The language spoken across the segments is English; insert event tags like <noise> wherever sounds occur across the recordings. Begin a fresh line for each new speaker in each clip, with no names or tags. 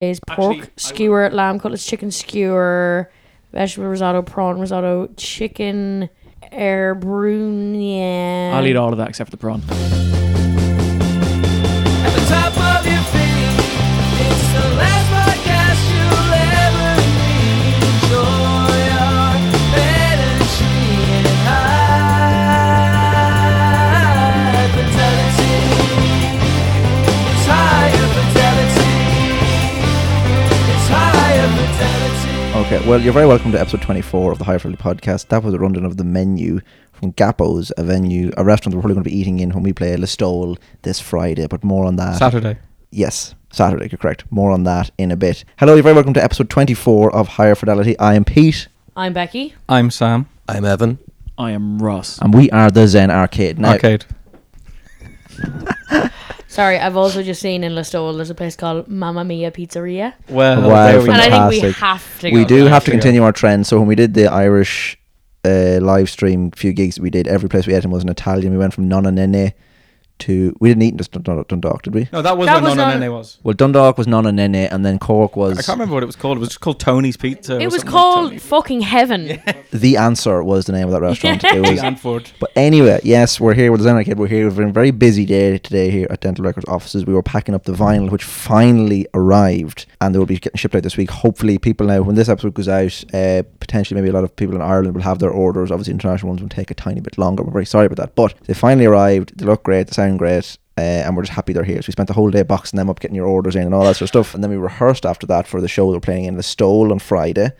is
Actually,
pork
I would-
skewer, lamb cutlets, chicken skewer, vegetable risotto, prawn risotto, chicken air brunier.
I'll eat all of that except for the prawn.
At the top of your feet, it's the last podcast you'll ever need. Enjoy our energy and high fidelity. It's higher fidelity. It's higher fidelity.
Okay, well, you're very welcome to episode 24 of the High Fairly podcast. That was a rundown of the menu from Gappo's, a venue, a restaurant that we're probably going to be eating in when we play Listowel this Friday, but more on that.
Saturday.
Yes, Saturday, you're correct. More on that in a bit. Hello, you're very welcome to episode 24 of Higher Fidelity. I am Pete,
I'm Becky.
I'm Sam.
I'm Evan.
I am Russ.
and we are the Zen Arcade. Now,
Arcade.
Sorry, I've also just seen in Listowel there's a place called Mamma Mia Pizzeria,
Well,
Wow,
there we
and
go.
I think we
Fantastic.
have to.
we
go
do
there.
have to
Yeah.
continue our trend. So when we did the Irish uh, live stream, few gigs we did, every place we ate in was an Italian. We went from Nonna Nene to... We didn't eat in just Dundalk, Dundalk, did we?
No, that was
That
what
was
Nonna
on-
Nene was.
Well, Dundalk was Nonna Nene, and then Cork was...
I can't remember what it was called. It was just called Tony's Pizza. or
It was
something like
called
Tony-
fucking heaven.
The Answer was the name of that restaurant.
<laughs>
It was,
Stanford.
but anyway, yes, we're here with Zen Kid. We're here. We've been a very busy day today here at Dental Records offices. We were packing up the vinyl, which finally arrived, and they will be getting shipped out this week. Hopefully, people now, when this episode goes out, uh, potentially maybe a lot of people in Ireland will have their orders. Obviously, international ones will take a tiny bit longer. We're very sorry about that, but they finally arrived. They look great. They sound great. Uh, and we're just happy they're here. So we spent the whole day boxing them up, getting your orders in, and all that sort of stuff. And then we rehearsed after that for the show they're playing in the Stole on Friday.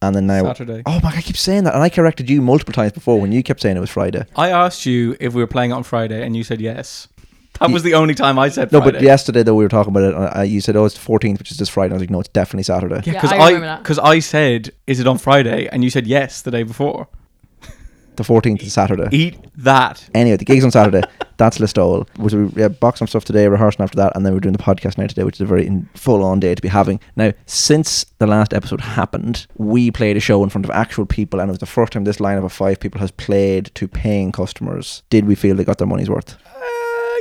And then now
Saturday.
Oh my! God, I keep saying that, and I corrected you multiple times before when you kept saying it was Friday.
I asked you if we were playing it on Friday, and you said yes. That was the only time I said
No,
Friday.
but yesterday though we were talking about it, and I, you said, "Oh, it's the 14th, which is this Friday." And I was like, "No, it's definitely Saturday."
Yeah,
because
I remember
I
that.
because I, said, "Is it on Friday?" and you said yes the day before.
The 14th is Saturday.
Eat that.
Anyway, the gig's on Saturday. <laughs> That's Listowel. Was we yeah, boxing stuff today, rehearsing after that, and then we're doing the podcast now today, which is a very in, full-on day to be having. Now, since the last episode happened, we played a show in front of actual people, and it was the first time this lineup of five people has played to paying customers. Did we feel they got their money's worth?
Uh,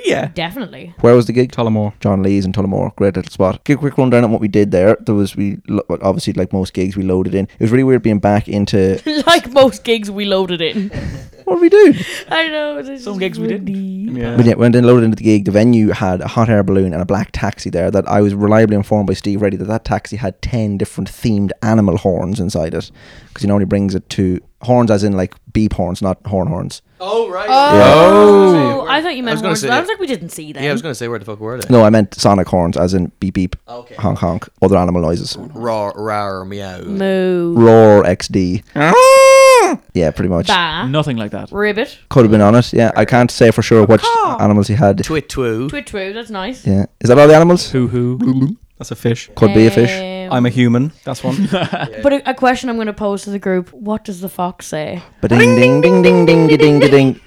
yeah.
<laughs> Definitely. <laughs>
Where was the gig?
Tullamore.
John Lee's and Tullamore, great little spot. Give a quick rundown on what we did there. There was we lo- well, obviously like most gigs we loaded in. It was really weird being back into
like most gigs, we loaded in. <laughs>
what did we do?
I know. Some
gigs we didn't.
Yeah.
But yeah, went in loaded into the gig. The venue had a hot air balloon and a black taxi there. That I was reliably informed by Steve Reddy that that taxi had ten different themed animal horns inside it because he normally brings it to horns as in like beep horns, not horn horns.
Oh right.
Oh,
Yeah.
I thought you meant
I was gonna
horns.
say-
but I was like, we didn't see that.
Yeah, I was gonna say where the fuck were they?
No, I meant sonic horns as in beep beep,
Okay.
honk honk, other animal noises.
Raw, rawr, meow.
Moo.
Roar XD.
Ah!
Yeah, pretty much.
Ba.
Nothing like that.
Ribbit.
Could have been on it. Yeah, I can't say for sure what animals he had.
Twit twoo.
Twit twoo, that's nice.
Yeah, is that all the animals?
Hoo hoo.
That's a fish.
Could be a fish.
Um,
I'm a human. That's
<laughs>
one.
But a, a question I'm going to pose to the group: What does the fox say?
But ding ding ding ding ding ding ding ding.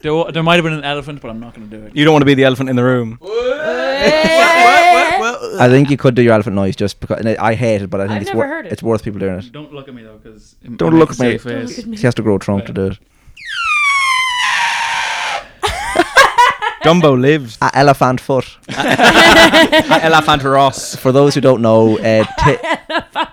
There, wa- there might have been an elephant, but I'm not going to do it.
you don't want to be the elephant in the room.
I think you could do your elephant noise just because and I I hate it, but I think
I've
it's
never
wor-
heard it.
it's worth people doing it.
Don't look at me though, because
Don't look at me. He has to grow a trunk to do it.
Gumbo lives.
A elephant foot.
Elephant Ross.
For those who don't know, <laughs> uh, ta-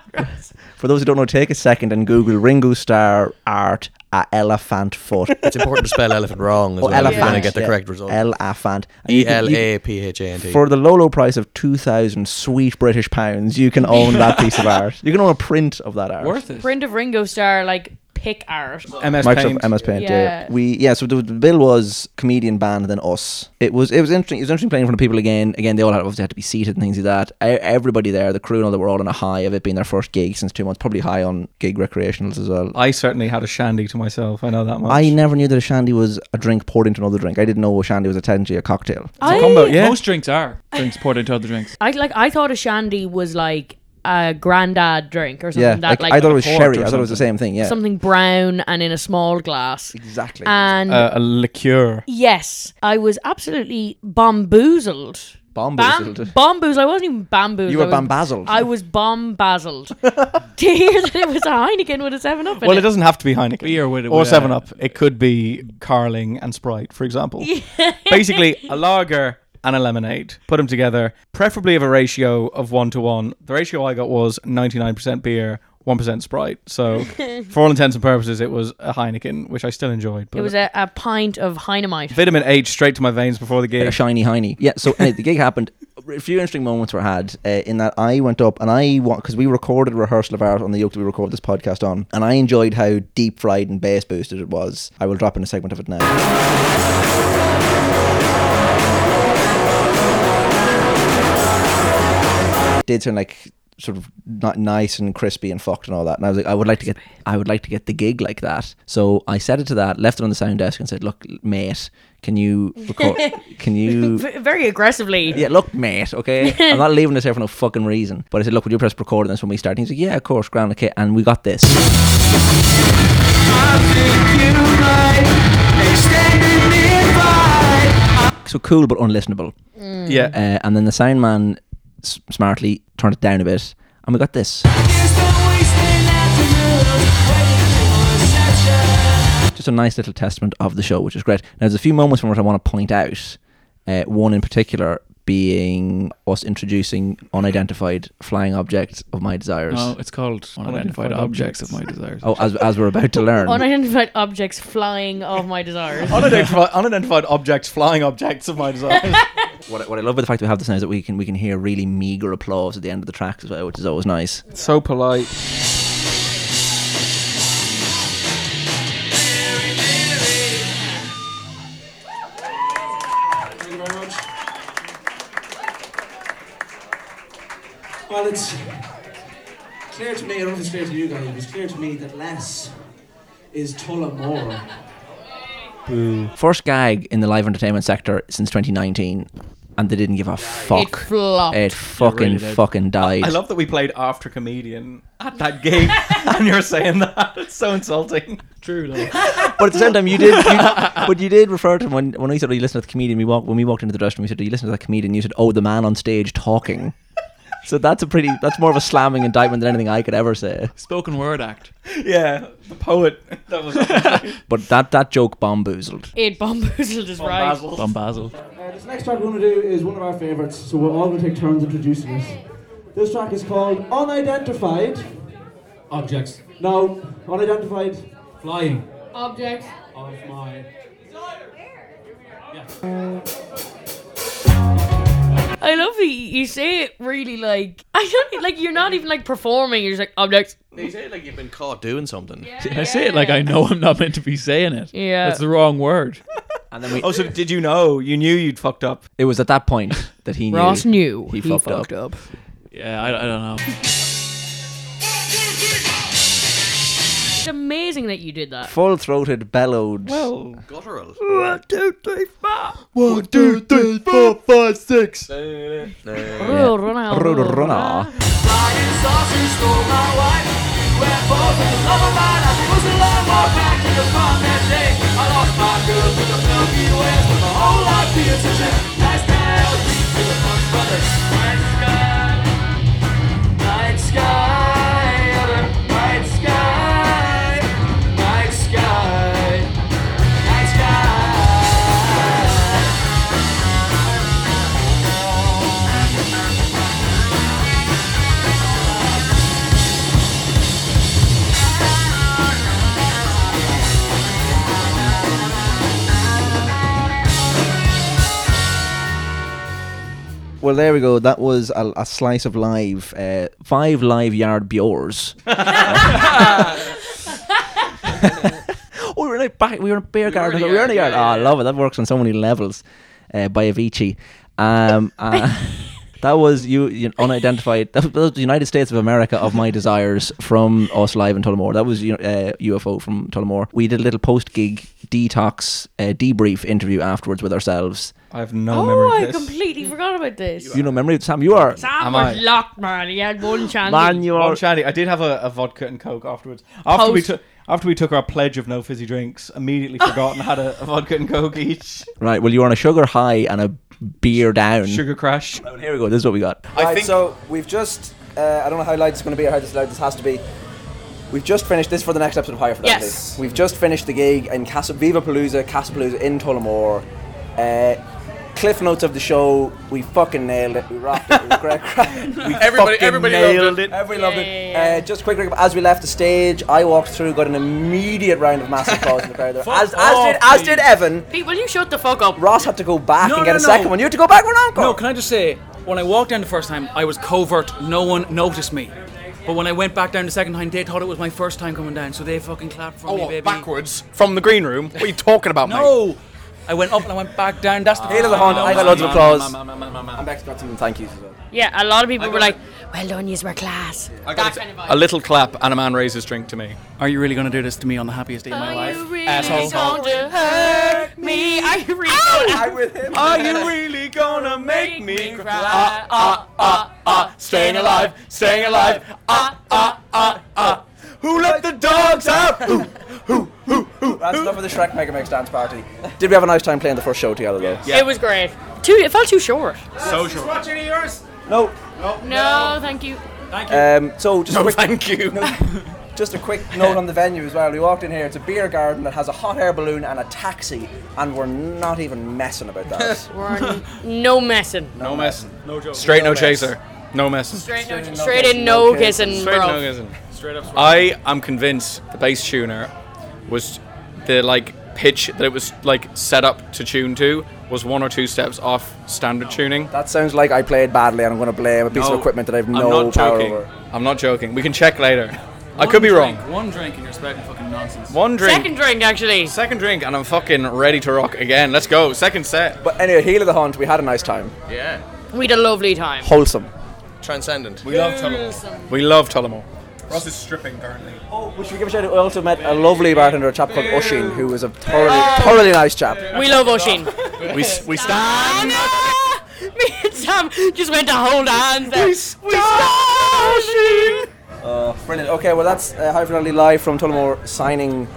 for those who don't know, take a second and Google Ringo Starr art a elephant
<laughs>
foot.
It's important to spell elephant wrong as
Oh,
well. Elephant. You're gonna
elephant,
get the
yeah.
correct result.
Elephant. And you
E
can-
L
you-
A P H A N T.
For the low, low price of 2,000 sweet British pounds, you can own that piece of art. You can own a print of that art.
Worth it.
Print of Ringo Starr, like pick art.
MS
Microsoft
Paint.
MS Paint. Yeah.
Yeah.
we yeah. So the, the bill was comedian band, then us. It was it was interesting. It was interesting playing in front of people again. Again, they all had, obviously had to be seated and things like that. E- Everybody there, the crew and all that, were all on a high of it being their first gig since two months. Probably high on gig recreationals as well.
I certainly had a shandy to myself. I know that much.
I never knew that a shandy was a drink poured into another drink. I didn't know a shandy was essentially a cocktail.
I,
combo, yeah.
Most drinks are drinks poured into other drinks.
I like. I thought a shandy was like a granddad drink or something.
Yeah,
that
like,
like
I thought it was
port
sherry.
or
I thought it was the same thing. Yeah,
something brown and in a small glass.
exactly.
And
Uh, a liqueur.
yes, I was absolutely bamboozled. Bam-
Bamboozled.
bamboozled. I wasn't even bamboozled.
You were
I was-
bambazzled.
I was bombazzled. <laughs> to hear that it was a Heineken with a Seven Up. In
Well, it doesn't have to be Heineken
Beer with-
or
with, uh,
<laughs>
Seven Up. It could be Carling and Sprite, for example. Basically, a lager and a lemonade. Put them together, preferably of a ratio of one to one. The ratio I got was 99% beer, 1% Sprite.
<laughs>
So, for all intents and purposes, it was a Heineken, which I still enjoyed. But
It was a, a pint of Heinemite.
vitamin H straight to my veins before the
a
gig.
shiny hiney. Yeah. So anyway, the gig happened. A few interesting moments were had uh, in that I went up and I because we recorded a rehearsal of ours on the yoke that we record this podcast on, and I enjoyed how deep fried and bass boosted it was. I will drop in a segment of it now. Did sound like sort of not nice and crispy and fucked and all that. And I was like, I would like to get, I would like to get the gig like that. So I said it to that, left it on the sound desk, and said, "Look, mate, can you record? can you
V- very aggressively.
yeah, look, mate, okay? I'm not leaving this here for no fucking reason. But I said, look, would you press record on this when we start? And he's like, yeah, of course, ground okay. And we got this. So cool, but unlistenable.
Yeah.
Uh, and then the sound man s- smartly turned it down a bit. And we got this. Just a nice little testament of the show, which is great. Now, there's a few moments from what I want to point out. Uh, one in particular being us introducing unidentified flying objects of my desires.
No, it's called unidentified,
Unidentified
objects. of my
Objects.
desires.
Oh, as, as we're about to
<laughs>
learn.
Unidentified objects flying of my desires.
unidentified, unidentified objects, flying objects of my desires.
what, I- what I love about the fact that we have this now is that we can we can hear really meager applause at the end of the tracks as well, which is always nice.
so polite.
Well, it's clear to me, I don't know if it's clear to you guys, but it's clear to me that less is Tullamore.
First gag in the live entertainment sector since 2019, and they didn't give a
it
fuck.
flopped.
It fucking
did.
fucking died.
I love that we played after comedian at <laughs> that gig, and you're saying that. <laughs> It's so insulting.
True. Though.
but at the same time, you did, you, but you did refer to him when when we said, "Oh, you listen to the comedian." We walked when we walked into the dressing room. We said, "Do you listen to that comedian?" You said, "Oh, the man on stage talking." So that's a pretty. That's more of a slamming indictment than anything I could ever say.
Spoken word act.
Yeah, the poet. That was
But that that joke bamboozled.
It bamboozled his right.
Basil.
Don Basil.
Uh, this next track we're going to do is one of our favourites, so we're all going to take turns introducing it. This track is called Unidentified.
objects
No, Unidentified
flying
Objects.
of my
I love that you say it really like I don't like you're not even like performing. You're just like objects.
You say it like you've been caught doing something.
I say it like I know I'm not meant to be saying it.
Yeah.
That's the wrong word.
And then we,
Oh, so did you know? You knew you'd fucked up.
it was at that point that he knew.
Ross knew
He
he,
fucked
fucked,
up.
up.
Yeah, I, I don't know.
It's amazing that you did that.
full throated bellowed.
Well,
Guttural.
One, two, three, four, five, six.
Oh, run out,
Rhoda
run out.
Runner. Well, there we go. That was a, a slice of live, uh, five live yard bjors. <laughs> Oh, we were in a back, we were in a beer garden. We were in a yard. Oh, I love it. That works on so many levels. Uh, by Avicii. <laughs> Um, uh, that was you, you unidentified. That was, that was the United States of America of my desires from us live in Tullamore. That was you know, uh, UFO from Tullamore. We did a little post gig detox uh, debrief interview afterwards with ourselves.
I have no
Oh,
memory
I
of this.
completely forgot about this.
You know, memory Sam. You are.
Sam
Am
was
I?
locked, man. He had one chance.
Man, you
Well,
are.
Shandy, I did have a, a vodka and coke afterwards. After we
Post-
took after we took our pledge of no fizzy drinks,
<laughs>
immediately forgot and had a, a vodka and coke each.
Right. Well, you're on a sugar high and a beer down.
Sugar crash.
Well, Here we go. This is what we got. right. So we've just. Uh, I don't know how loud this is going to be or how this loud this has to be. We've just finished this is for the next episode of Higher Fidelity.
Yes.
We've just finished the gig in Casa Viva Palooza, Casa Palooza in Tullamore. Uh, Cliff notes of the show. We fucking nailed it. We rocked it. It was great crack. We
Everybody-
fucking
everybody
nailed
loved it.
Everybody loved
Yeah,
it.
yeah, yeah.
Uh, just a quick recap. As we left the stage, I walked through, got an immediate round of <laughs> massive applause in the crowd. There. As, as, did, as did Evan.
Pete, will you shut the fuck up?
Ross had to go back
No,
and get
no,
a
no.
second one. You had to go back for an encore.
No, can I just say, when I walked down the first time, I was covert. No one noticed me. But when I went back down the second time, they thought it was my first time coming down, so they fucking clapped for
Oh,
me,
what,
baby.
backwards from the green room. What are you talking about, mate?
No, I went up and I went back down. That's the
Hail of the Hunt, I got loads of applause.
applause.
I'm back to got some thank yous as well.
Yeah, a lot of people
I
were
got
like, "Well done, yous were class."
I
That
got
kind of vibe.
A little clap and a man raises his drink to me.
Are you really gonna do this to me on the happiest day of my
Are
life?
you really
Asshole.
going to hurt me? Are you really gonna
I'm with him.
Are you really gonna
make me cry? Ah, ah, ah,
Staying alive, staying alive.
Ah, ah, ah.
Who let the dogs out?
<laughs> That's enough of the Shrek Mega Mix dance party. Did we have a nice time playing the first show together though?
It was great. Too, it felt too short.
So sure.
No.
No, thank you.
Um, so just a
<laughs>
quick
Thank you.
Just a quick note on the venue as well. We walked in here, it's a beer garden that has a hot air balloon and a taxi, and we're not even messing about <laughs> that.
We're on no messing.
No messing. No joke. Straight no,
No mess.
chaser. No messing.
Straight, no,
in, no
straight
kissing,
in,
no
no
kissing.
kissing,
Straight no
bro.
isn't. Straight up. I am convinced the bass tuner was the like pitch that it was like set up to tune to was one or two steps off standard tuning.
that sounds like I played badly, and I'm going to blame a piece of equipment that I have
I'm
no
not
power
joking.
over.
I'm not joking. We can check later. I
One
could be
drink,
wrong.
One drink and you're spouting fucking nonsense.
One drink.
Second drink, actually.
Second drink, and I'm fucking ready to rock again. Let's go. Second set.
But anyway, heel of the hunt, we had a nice time.
Yeah.
We had a lovely time.
Wholesome.
Transcendent.
We love Tullamore. We love Tullamore.
Ross is stripping currently.
Oh, we should give a shout out. I also met a lovely bartender, a chap called Ushin, who was a thoroughly, thoroughly nice chap.
We love Oshin.
We s- we stand.
Ah, no! Me and Sam just went to hold hands there.
Brilliant. Okay, well, that's uh, High Fidelity Live from Tullamore signing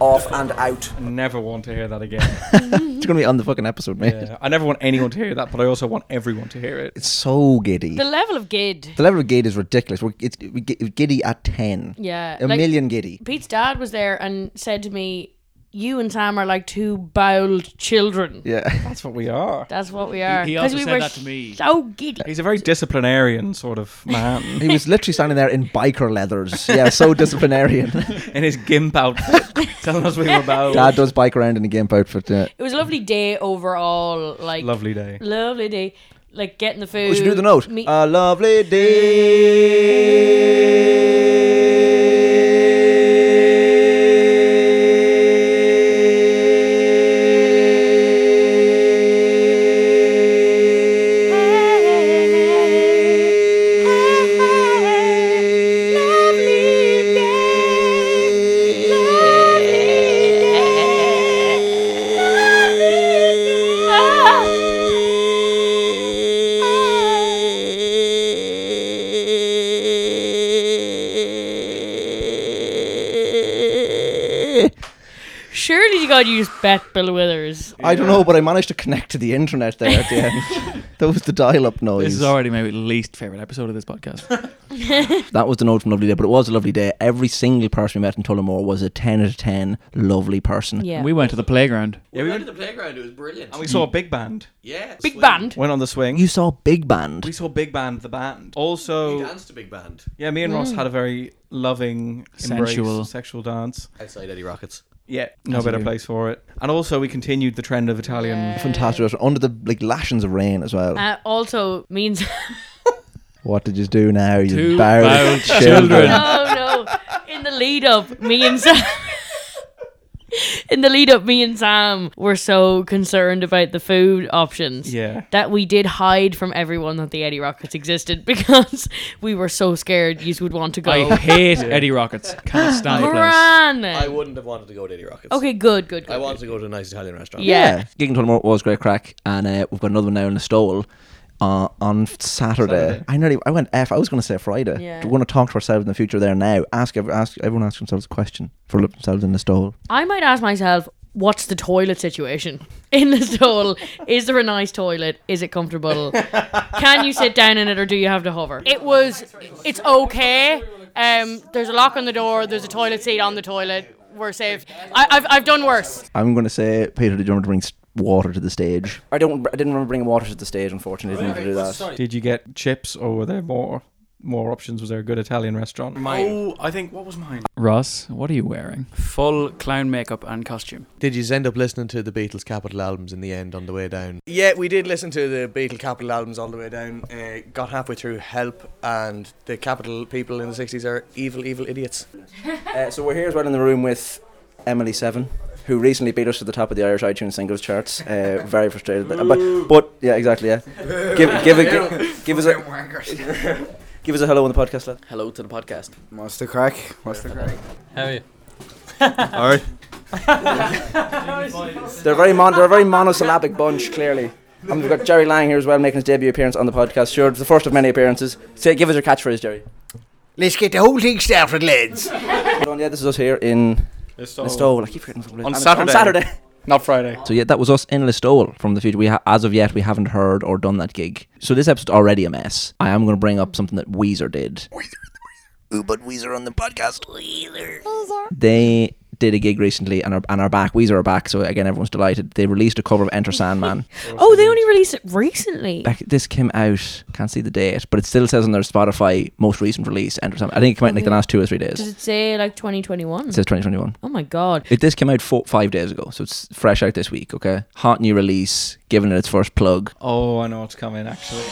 off and out.
Never want to hear that again.
It's going to be on the fucking episode, mate.
Yeah, I never want anyone to hear that, but I also want everyone to hear it.
It's so giddy.
The level of gid.
The level of giddy is ridiculous. We're, it's we get- giddy at 10.
Yeah,
A
like-
million giddy.
Pete's dad was there and said to me, "You and Sam are like two bowled children."
Yeah. <laughs>
That's what we are.
That's what we are.
he
'Cause we
also said
were
that to me.
So giddy.
He's a very disciplinarian sort of man <laughs>
He was literally standing there in biker leathers. Yeah,
<laughs>
so disciplinarian.
in his gimp outfit, telling us we were about.
Dad does bike around in a gimp outfit. Yeah.
It was a lovely day overall. Like
Lovely day.
lovely day. Like getting the food.
We should do the note. Uh,
meet-
A lovely day.
Surely you got to use Bet Bill Withers.
I don't know, but I managed to connect to the internet there at the end. <laughs> that was the dial-up noise.
This is already my least favorite episode of this podcast.
That was the note from Lovely Day, but it was a lovely day. Every single person we met in Tullamore was a 10 out of 10 lovely person.
Yeah.
we went to the playground.
Yeah, we went to the playground. It was brilliant.
And we saw a big band.
yeah.
Big
swing.
band.
Went on the swing.
You saw Big Band.
we saw big band, the band.
We
Also,
danced to big band
yeah, me and Ross had a very loving, embrace,
Sensual.
sexual dance.
outside Eddie Rockets.
Yeah, no
As you
better
do.
place for it. And also, we continued the trend of Italian.
Fantastic. restaurant, Under the like lashings of rain as well.
Uh, also <laughs> means
what did you do now? You
Two
barrel
barrel children.
children.
no, Oh, no. In the lead up, me and Sam. <laughs> In the lead up, me and Sam were so concerned about the food options
Yeah.
that we did hide from everyone that the Eddie Rockets existed <laughs> because we were so scared you would want to
I
Oh.
go.
<laughs>
hate Eddie Rockets. Can't stand the place.
Gran.
I wouldn't have wanted to go to Eddie Rockets.
Okay, good, good, good.
I wanted to go to a nice Italian restaurant.
yeah.
Gig in Tullamore was great crack, and uh, we've got another one now in the stall. Uh, on Saturday, I nearly I went F. I was going to say Friday.
Yeah.
We're going to talk to ourselves in the future. There now, ask ev- ask everyone ask themselves a question for themselves in the stall.
I might ask myself, what's the toilet situation <laughs> in the stall? Is there a nice toilet? Is it comfortable?
<laughs>
Can you sit down in it or do you have to hover? It was, it's okay. Um, there's a lock on the door, there's a toilet seat on the toilet. We're safe. I, I've, I've done worse.
I'm going to say Peter, did you want to bring s- water to the stage.
I don't. I didn't remember bringing water to the stage. Unfortunately, I didn't do that.
Did you get chips or were there more more options? Was there a good Italian restaurant?
Oh, I think what was mine?
Ross, what are you wearing?
Full clown makeup and costume.
Did you end up listening to the Beatles' capital albums in the end on the way down? Yeah, we did listen to the Beatles' capital albums all the way down. Uh, got halfway through Help, and the capital people in the 60s are evil, evil idiots.
<laughs> Uh, so we're here as well in the room with Emily Seven, who recently beat us to the top of the Irish iTunes singles charts. Uh, very frustrated, but, but but yeah, exactly. Yeah, give give a, give, give us a give us a hello on the podcast, lad.
Hello to the podcast.
What's the crack? What's the crack? <laughs>
How are you?
all right.
<laughs> They're very mon- they're a very monosyllabic bunch, clearly. And we've got Jerry Lang here as well, making his debut appearance on the podcast. Sure, it's the first of many appearances. Say, give us your catchphrase, Jerry.
Let's get the whole thing started, lads.
But, yeah, this is us here in Listowel. I keep forgetting the-
On
on
Saturday.
Saturday.
Not Friday.
So yeah, that was us in Listowel from the future. We ha- as of yet we haven't heard or done that gig. So this episode's already a mess. I am going to bring up something that Weezer did. Ooh, but Weezer on the podcast. Weezer. They did a gig recently and are and are back. Weezer are back. So again, everyone's delighted. They released a cover of Enter <laughs> Sandman.
Oh, they only released it recently.
Back, this came out. Can't see the date, but it still says on their Spotify most recent release. Enter Sandman. I think it came out in like the last two or three days.
Does
Mm-hmm. It
it say like 2021?
says 2021.
Oh my god.
It, this came out four, five days ago, so it's fresh out this week. Okay, hot new release, giving it its first plug.
Oh, I know what's coming actually.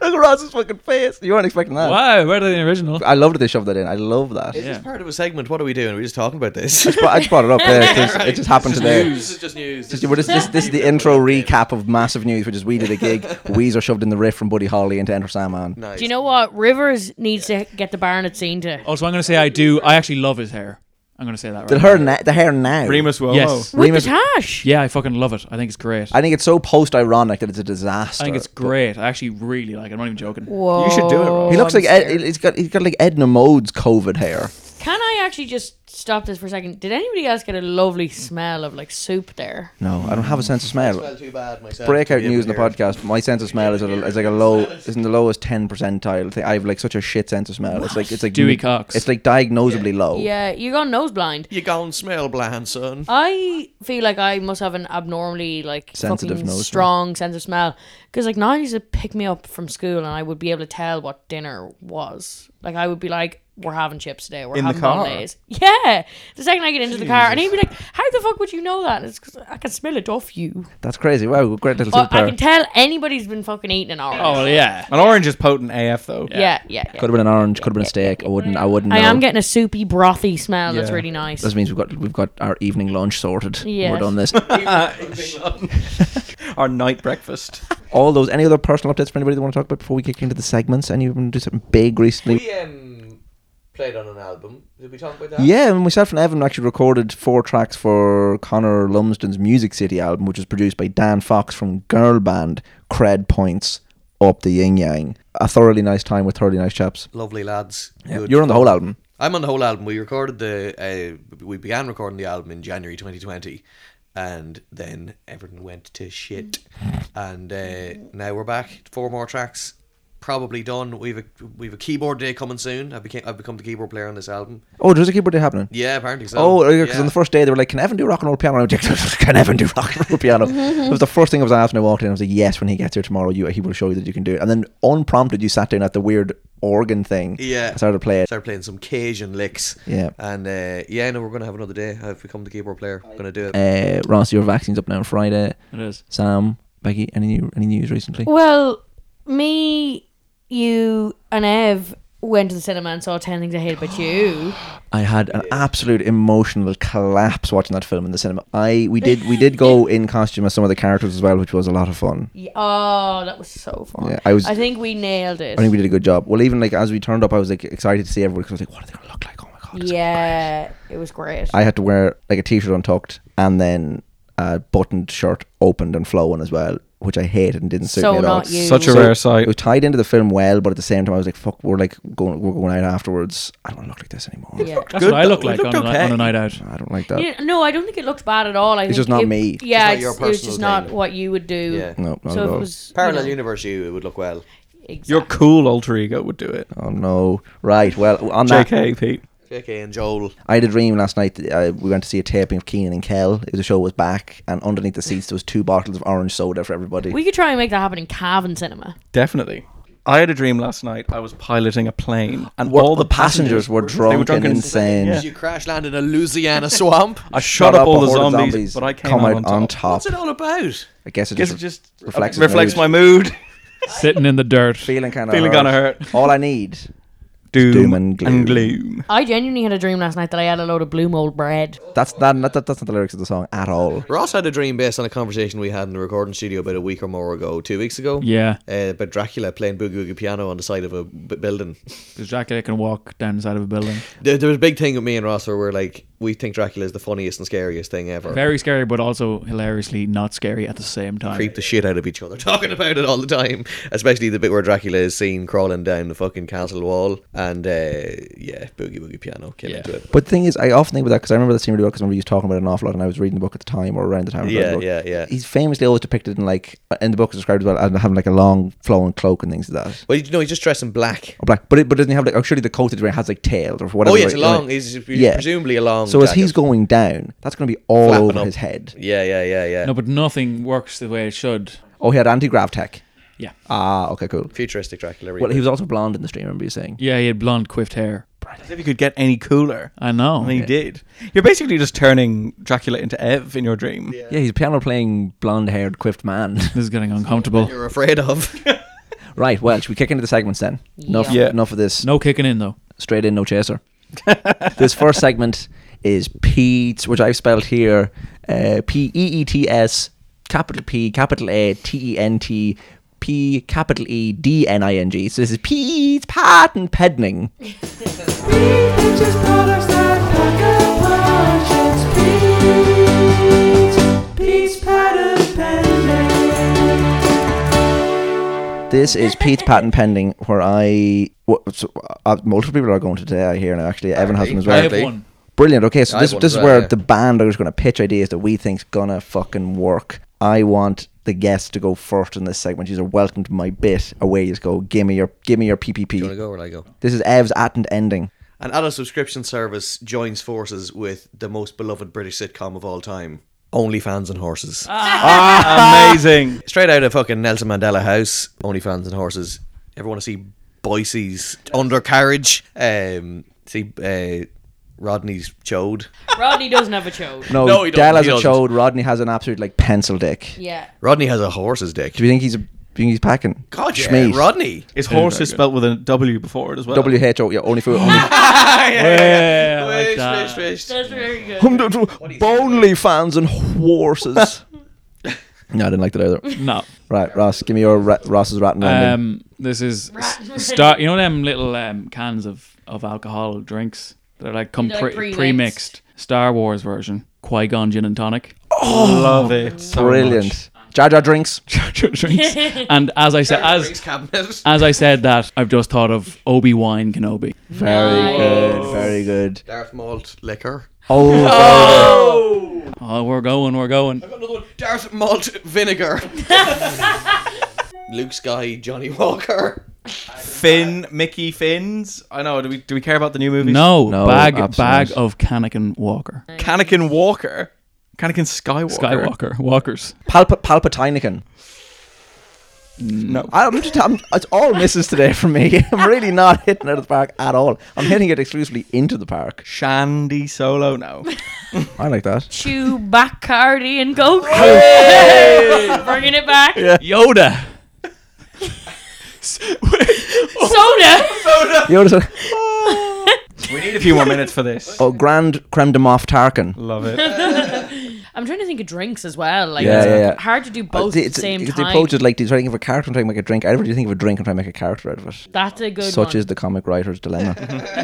Look at Ross's fucking face. You weren't expecting that.
Wow, better than the original.
I loved that they shoved that in. I love that.
Is
Yeah.
this part of a segment? What are we doing? We're just talking about this. <laughs>
But I just brought it up there 'cause it just happened today.
This is just news.
Just- well, this, this, this is the intro recap of massive news, which is we did a gig. Weezer shoved in the riff from Buddy Holly into Enter Sandman.
Nice.
Do you know what? Rivers needs to get the Barnett scene to.
Also, I'm going to say I do. I actually love his hair. I'm going to say that right.
The hair, na- the hair now.
Remus Wilmo.
Yes.
With
Remus-
the tash.
Yeah, I fucking love it. I think it's great. I,
I think it's so post-ironic that it's a disaster.
think it's great. I actually really like it. I'm not even joking.
Whoa.
You should do it, Rob.
He
Oh,
looks like Ed, he's got he's got like Edna Mode's COVID hair.
Can I actually just stop this for a second? Did anybody else get a lovely smell of like soup there?
No, I don't have a sense of smell.
Well, too bad myself.
breakout
Yeah,
news in the
here.
podcast. My sense of smell is, at a, is like a low, is in the lowest ten percentile. Thing. I have like such a shit sense of smell. It's like it's like
Dewey Cox.
It's like diagnosably low.
Yeah, you got nose blind.
You gone smell bland, son.
I feel like I must have an abnormally like
Sensitive
fucking
nose,
strong sense of smell because like now I used to pick me up from school and I would be able to tell what dinner was. Like I would be like, "We're having chips today. We're
In the
having
car?
bolognese." Yeah, the second I get into the car, and he'd be like, "How the fuck would you know that?" And it's because I can smell it off you.
That's crazy. Wow, great little
Or Oh, I can
superpower.
tell anybody's been fucking eating an orange.
Oh well, yeah.
An orange is potent AF though.
yeah, yeah. yeah,
Could have been an orange. Could have been a steak. I wouldn't. I wouldn't.
I
know.
am getting a soupy, brothy smell. That's
Yeah.
really nice.
This means we've got we've got our evening lunch sorted.
Yes.
We're
<laughs>
done this.
Our
<laughs>
night breakfast.
All those. Any other personal updates for anybody they want to talk about before we kick into the segments? Anyone do something big recently?
We um, played on an album. Did we talk about that?
Yeah, and myself and Evan actually recorded four tracks for Connor Lumsden's Music City album, which was produced by Dan Fox from girl band Cred Points Up the Yin Yang. A thoroughly nice time with thoroughly nice chaps.
Lovely lads. Good.
You're on the whole album.
I'm on the whole album. We recorded the uh, we began recording the album in January 2020, and then everything went to shit. And uh, now we're back. Four more tracks, probably done. We've a we've a keyboard day coming soon. I became I've become the keyboard player on this album.
Oh, there's a keyboard day happening.
Yeah, apparently so.
Oh, because
Yeah.
on the first day they were like, "Can Evan do rock and roll piano?" And I was like, <laughs> "Can Evan do rock and roll piano?" it was the first thing I was asked when I walked in. I was like, "Yes, when he gets here tomorrow, you, he will show you that you can do it." And then unprompted, you sat down at the weird organ thing.
Yeah.
I started to play it.
Started playing some Cajun licks.
Yeah.
And uh, yeah, no, we're gonna have another day. I've become the keyboard player. I'm gonna do it.
Uh, Ross, your vaccine's up now on Friday.
It is.
Sam, Becky, any new, any news recently?
Well, me, you, and Ev went to the cinema and saw 10 Things I Hate About You.
I had an absolute emotional collapse watching that film in the cinema. I we did we did go in costume as some of the characters as well, which was a lot of fun.
<gasps> Yeah, Oh, that was so fun.
Yeah, I was.
I think we nailed it.
I think we did a good job. Well, even like as we turned up, I was like excited to see everyone because I was like, "What are they gonna look like? Oh my god!" it's
yeah, it was great.
I had to wear like a t-shirt untucked and then a buttoned shirt opened and flowing as well, which I hated and didn't suit
so
me at all.
not you.
Such a
So-
rare
It was
sight.
tied into the film well, but at the same time, I was like, "Fuck, we're like going, we're going out afterwards. I don't want to look like this anymore.
Yeah.
That's what I look like on, a ni- on a night <laughs> out.
I don't like that.
Yeah, no, I don't think it looked bad at all. I think
just not
it-
me.
Yeah,
It's not your
it's- it was
personal
just not
thing.
what you would do.
Yeah.
No, not
So
at
if it
all.
was you
Parallel
know-
universe, you it would look well.
Exactly.
Your cool alter ego would do it.
Oh no! Right. Well, on that,
JK, Pete.
JK and Joel.
I had a dream last night. that, Uh, we went to see a taping of Keenan and Kel. It was the show was back, and underneath the seats there was two bottles of orange soda for everybody.
We could try and make that happen in Cavan Cinema.
Definitely. I had a dream last night. I was piloting a plane, and
Were-
all the
passengers were drunk,
they were drunk
and
and
insane.
Yeah.
You crash land in a Louisiana swamp.
I shot, up, all the zombies, but I came
come
out on top.
What's it all about?
I guess it
Guess
just,
it just
reflects
reflects,
his mood.
my mood.
Sitting in the dirt.
feeling kind of
Feeling
hurt.
kind of
<laughs>
hurt.
All I need.
Doom,
and gloom.
and gloom.
I genuinely had a dream last night that I had a load of blue mold
<laughs>
bread.
That's that, that. That's not the lyrics of the song at all.
Ross had a dream based on a conversation we had in the recording studio about a week or more ago, two weeks ago.
Yeah,
Uh, about Dracula playing boogie woogie piano on the side of a b- building. <laughs>
because Dracula can walk down the side of a building.
There, there was a big thing with me and Ross where we're like, we think Dracula is the funniest and scariest thing ever.
Very scary, but also hilariously not scary at the same time.
Creep the shit out of each other <laughs> talking about it all the time, especially the bit where Dracula is seen crawling down the fucking castle wall. And uh, yeah, boogie woogie piano came
Yeah.
into it.
But the thing is, I often think about that because I remember that scene really well because I remember you talking about it an awful lot, and I was reading the book at the time or around the time. I was reading
Yeah,
the book.
yeah, yeah.
He's famously always depicted in like, and the book is described as well as having like a long flowing cloak and things like that.
Well, you know, he's just dressed in black.
Or black, but it, but doesn't he have like? Oh, surely the coat that he wears has like tails or whatever.
oh, yeah, it's a
like-
long. He's
Yeah.
presumably a long.
So as he's
jacket.
going down, that's going to be all
Flapping
over
up.
his head.
Yeah, yeah, yeah, yeah.
No, but nothing works the way it should.
Oh, he had anti-grav tech.
Yeah.
Ah, okay, cool.
Futuristic Dracula.
Well,
reboot.
he was also blonde in the stream. I remember you saying.
Yeah, he had blonde quiffed hair.
As if you could get any cooler.
I know.
And he did. You're basically just turning Dracula into Ev in your dream.
Yeah, he's a piano playing, blonde haired, quiffed man. <laughs>
This is getting uncomfortable.
you're afraid <laughs> of.
right, well, should we kick into the segments then? Enough,
Yeah.
enough of this.
No kicking in <laughs> though.
Straight in, no chaser. <laughs> this first segment is Pete's, which I've spelled here uh, P E E T S, capital P, capital A, T E N T, P, capital E, D N I N G. So this is Pete's Patent Pedning. This is Pete's patent pending, where I well, so, uh, multiple people are going today. I hear now. Actually, Evan has them as
I
well.
have
Apparently.
one.
Brilliant. Okay, so
I
this
have one
this is
as well,
where
yeah.
the band are just going to pitch ideas that we think's gonna fucking work. I want the guest to go first in this segment. You're welcome to my bit. Away you go. Give me your give me your
Do you want to
PPP.
go or will I go?
This is Ev's at and ending.
An adult subscription service joins forces with the most beloved British sitcom of all time, OnlyFans and Horses.
Amazing.
<laughs> Straight out of fucking Nelson Mandela House, OnlyFans and Horses. Ever want to see Boise's undercarriage? Um, see uh, Rodney's chode.
Rodney doesn't have a chode.
No,
No, he doesn't,
Dell has
he
a
doesn't.
chode. Rodney has an absolute like pencil dick.
Yeah.
Rodney has a horse's dick.
Do you think he's a, do you think he's packing?
God, yeah,
Schmeat.
Rodney.
His horse is spelled with a W before it as well.
W H O. Yeah, only for
<laughs>
Yeah, I like
Wish,
that.
wish, wish.
That's very good.
only fans and horses. <laughs> no, I didn't like that either.
No.
Right, Ross, give me your ra- Ross's rat and ending.
Um, this is s- start. You know them little um, cans of of alcohol drinks that are like come
Like
pre
pre-mixed.
pre-mixed. Star Wars version. Qui Gon gin and
<laughs>
tonic.
Love it. Oh, So
Brilliant. Jar Jar drinks.
<laughs>
drinks. And as I said, as
cabinet.
as I said that, I've just thought of Obi Wan Kenobi.
Very good. Very good.
Darth Malt liquor.
Oh,
Oh, we're going, we're going.
Another one. Darth Malt vinegar. <laughs> Luke Sky, Johnny Walker.
Finn, Mickey Finns. I know. Do we do we care about the new movies?
No,
No,
bag
absolutely.
bag of Canakin Walker,
Canakin Walker. Canakin Skywalker.
Skywalker, Walkers.
Palpa- Palpatinican.
No.
I'm just, I'm, it's all misses today for me. <laughs> I'm really not hitting it out of the park at all. I'm hitting it exclusively into the park.
Shandy Solo.
<laughs>
No.
I like that.
Chew Bacardi and Coke. <laughs> Bringing it back.
Yoda.
Soda.
You notice it?
we need a few more minutes
<laughs>
for this.
Oh, Grand Creme de Moff Tarkin.
Love it.
<laughs> I'm trying to think of drinks as well. Like,
Yeah,
it's
yeah, yeah.
hard to do both at the same
it's
time.
the approach is like he's trying to think of a character and trying to make a drink. I never really think of a drink and trying to make a character out of it.
That's a good
Such
one.
is the comic writer's dilemma.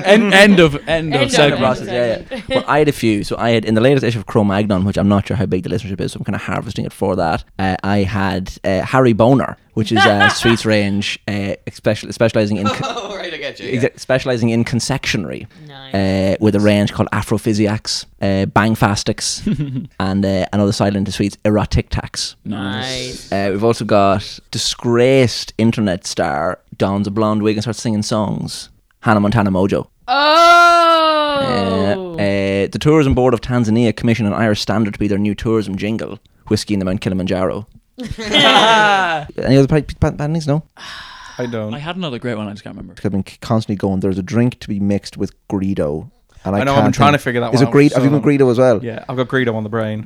End <laughs> end of end,
End
of
of
segment.
Ross's,
yeah, yeah. Well,
<laughs>
I had a few. So I had in the latest issue of Cro-Magnon, which I'm not sure how big the listenership is, so I'm kind of harvesting it for that. Uh, I had uh, Harry Boner, which
<laughs>
is a sweets range uh, special, specializing in
Oh, right, I get you.
exa- specializing in confectionery
Nice.
uh, with a range called Afrophysiacs, uh, Bangfastics, and uh, another silent sweets, Erotic Tax.
Nice.
Nice.
Uh, we've also got disgraced internet star dons a blonde wig and starts singing songs. Hannah Montana Mojo.
Oh.
Uh, uh, the Tourism Board of Tanzania commissioned an Irish standard to be their new tourism jingle, Whiskey in the Mount Kilimanjaro.
<laughs>
Any other pa- pa- bandings? No?
I don't.
I had another great one. I just can't remember.
I've been c- constantly going, there's a drink to be mixed with Greedo. And I,
I know, I've
can't
been trying
think-
to figure that
Is
one
it
out
Greedo?
for
I've
so
even
long.
Greedo as well.
Yeah, I've got Greedo on the
<laughs>
brain.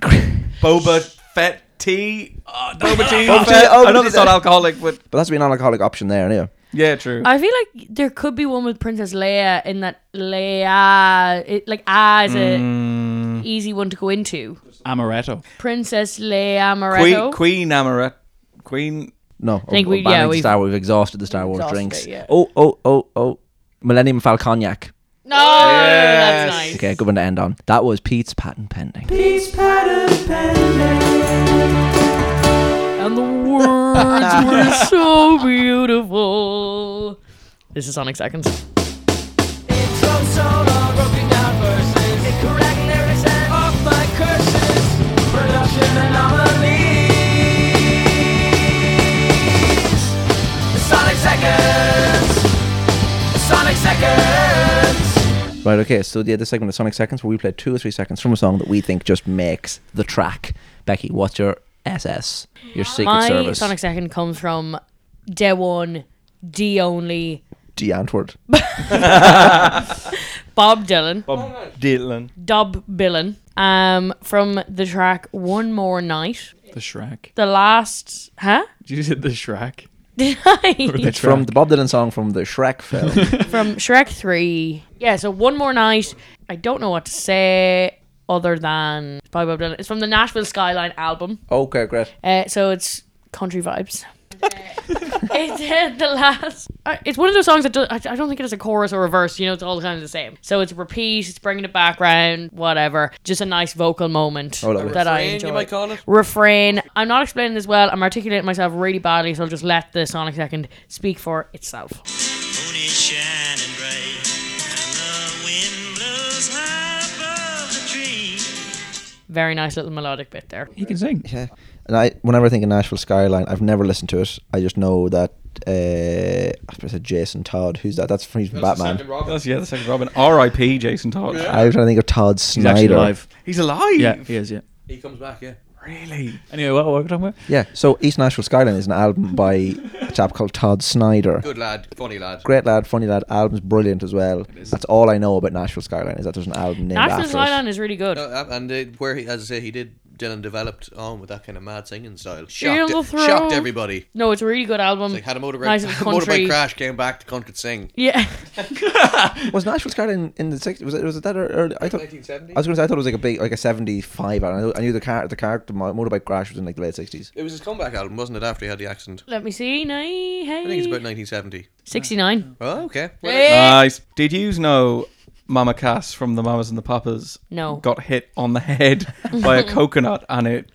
Boba Fett tea.
uh, Boba tea.
Boba tea, oh,
I know
we
that's
did that.
not alcoholic, but
But that's has an alcoholic option there, yeah.
yeah, true.
I feel like there could be one with Princess Leia in that Leia, it, like ah is a
Mm.
easy one to go into.
Amaretto.
Princess Leia Moretto.
Queen, Queen Amaret, Queen.
No. I
think we- yeah, we've-
Star, we've exhausted the Star Wars
exhausted
drinks.
it, yeah.
Oh, oh, oh, oh. Millennium Falconiac.
No, that's nice.
Okay, good one to end on. That was Pete's patent pending.
And the words <laughs> were so beautiful. This is Sonic Seconds.
Sonic Seconds!
Right, okay, so yeah, this segment of Sonic Seconds where we play two or three seconds from a song that we think just makes the track. Becky, what's your SS? Your Secret
My
Service.
Sonic Second comes from Day One, D Only,
D. Antwoord.
Bob Dylan,
Dylan.
Dob Billen, um, from the track One More Night.
The Shrek.
The last, huh? <laughs>
Did you say the Shrek?
Did I?
It's from the Bob Dylan song from the
<laughs>
Shrek film.
from Shrek 3. Yeah, so One More Night. I don't know what to say other than by Bob Dylan. It's from the Nashville Skyline album.
okay, great.
Uh, so it's country vibes. <laughs> it's uh, the last. Uh, it's one of those songs that do, I, I don't think it has a chorus or a verse. You know, it's all kind of the same. So it's repeat. It's bringing it back round. Whatever. Just a nice vocal moment
Oh, lovely.
that I
Refrain,
enjoy.
you might call it.
Refrain. I'm not explaining this well. I'm articulating myself really badly, so I'll just let the sonic second speak for itself.
moon is shining bright and the wind blows high above the trees.
Very nice little melodic bit there.
He can sing.
Yeah. And I, whenever I think of Nashville Skyline, I've never listened to it. I just know that, uh, I suppose I said Jason Todd. Who's that? That's from he's from Batman.
That's Oh, yeah, the second Robin. R.I.P. Jason Todd.
I was trying to think of Todd
He's
Snyder.
actually alive.
He's alive.
Yeah, he is. Yeah.
He comes back, yeah.
Really?
Anyway, what, what were we talking about?
Yeah, so East Nashville Skyline is an album by a chap called Todd Snyder.
Good lad, funny lad.
Great lad, funny lad. Album's brilliant as well. That's all I know about Nashville Skyline is that there's an album named
Nashville
after
Skyline is really good.
No, uh, and uh, where he, as I say, he did Dylan developed on with that kind of mad singing style.
Feel
Shocked,
the
it-
thrill.
shocked everybody.
No, it's a really good album.
Like had a motorbike,
Nice and
had a
country.
<laughs> motorbike crash, came back, the cunt could sing.
Yeah. <laughs>
us. Was Nashville Skyline in the 60s? Was it, was it that early? I thought.
1970.
I was going to say I thought it was like a big, like a '75. I knew, I knew the car, the car, the mo- motorbike crash was in like the late '60s.
It was his comeback album, wasn't it? After he had the accident,
Let me see. Nay, hey.
I think it's about 1970.
69.
Oh, okay. Well,
Nice. Did you know Mama Cass from the Mamas and the Papas
No.
got hit on the head
<laughs>
by a coconut and it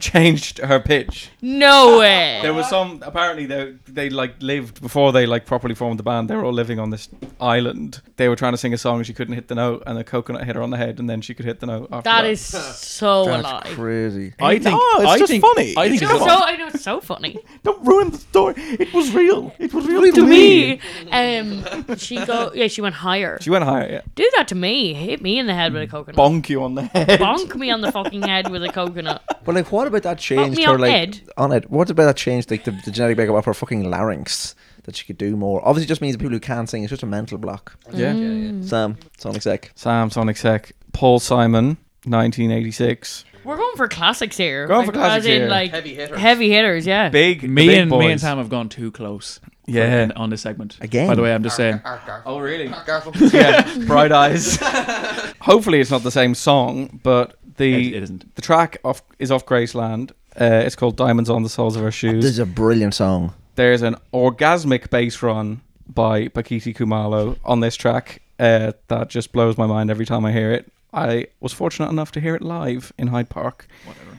changed her pitch?
No way.
There was some apparently they they like lived before they like properly formed the band. They were all living on this island. They were trying to sing a song and she couldn't hit the note, and the coconut hit her on the head, and then she could hit the note. After
That is so alive.
Crazy.
I think.
it's
I
just
think,
funny.
I think
so
it's a-
I know it's so funny
Don't ruin the story. It was real. It was real
to me. Um, she go yeah, she went higher.
She went higher. Yeah.
Do that to me. Hit me in the head with a coconut.
Bonk you on the head.
Bonk me on the fucking head with a coconut.
But like, what about that change
me
to her,
on
like
Ed.
on it? What about that change, like the, the genetic makeup of her fucking larynx that she could do more? Obviously, it just means people who can't sing. It's just a mental block.
Yeah.
Mm.
Sam, Sonic Sec.
Sam Sonic Sec. Paul Simon, 1986.
We're going for classics here.
Going for classics
as in,
here.
Like
heavy hitter.
heavy hitters. Yeah.
Big the
Me
big
and
boys.
me and Sam have gone too close. for-
Yeah.
on this segment
Again.
By the way, I'm just saying.
Oh really?
Garfunkel.
yeah. <laughs> Bright eyes. <laughs> Hopefully it's not the same song, but the
It- it isn't.
the track off is off Graceland. Uh, it's called Diamonds on the Soles of Our Shoes.
This is a brilliant song.
There's an orgasmic bass run by Pakiti Kumalo on this track uh, that just blows my mind every time I hear it. I was fortunate enough to hear it live in Hyde Park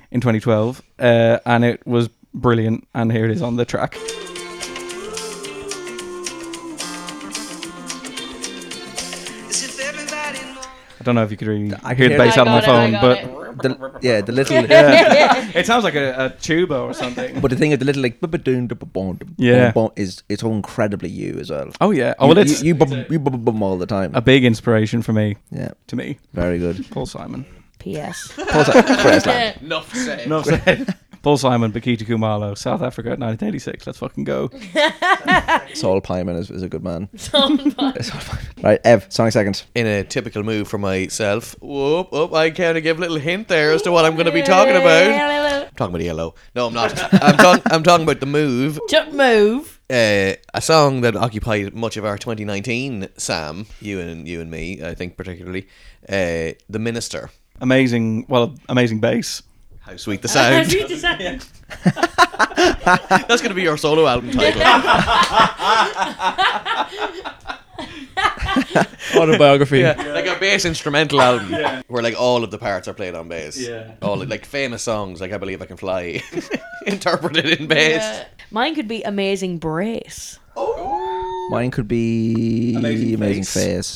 in 2012, uh, and it was brilliant. And here it is on the track. I don't know if you could really
I can
hear the
hear
bass
I
out of my
got
phone,
it, I
but
got
The, yeah,
<laughs>
the little.
it.
it sounds like a, a tuba or something.
But the thing of the little like ba-ba-doom, da-ba-boom, da-ba-boom,
Yeah.
boom is it's all incredibly you as well.
<laughs> Oh yeah. Oh
You-
well, it's
you you, bu- you bu- bum all the time.
a big inspiration for me.
yeah,
To me,
very good.
Paul Simon.
P.S.
Paul Si- Chris, like,
Enough said.
No, sorry. Paul Simon, Bakita Kumalo, South Africa, 1986. Let's fucking go.
<laughs> Saul Pyman is, is a
<laughs>
good man. Saul Pyman. Right, Ev, Sonic Seconds.
In a typical move for myself, whoop, whoop, I kind of give a little hint there as to what I'm going to be talking about. I'm talking about yellow. No, I'm not. I'm, talk- I'm talking about the move,
Don't move.
uh, a song that occupied much of our 2019. Sam, you and you and me, I think particularly, uh, the minister.
Amazing, well, amazing bass.
How sweet
<laughs>
the sound. That's going to be your solo album title.
<laughs>
Autobiography.
like a bass instrumental album where like all of the parts are played on bass.
Yeah.
All like famous songs like I Believe I Can Fly <laughs> interpreted in bass.
Mine could be amazing brace.
Mine could be
Amazing
Amazing,
Face.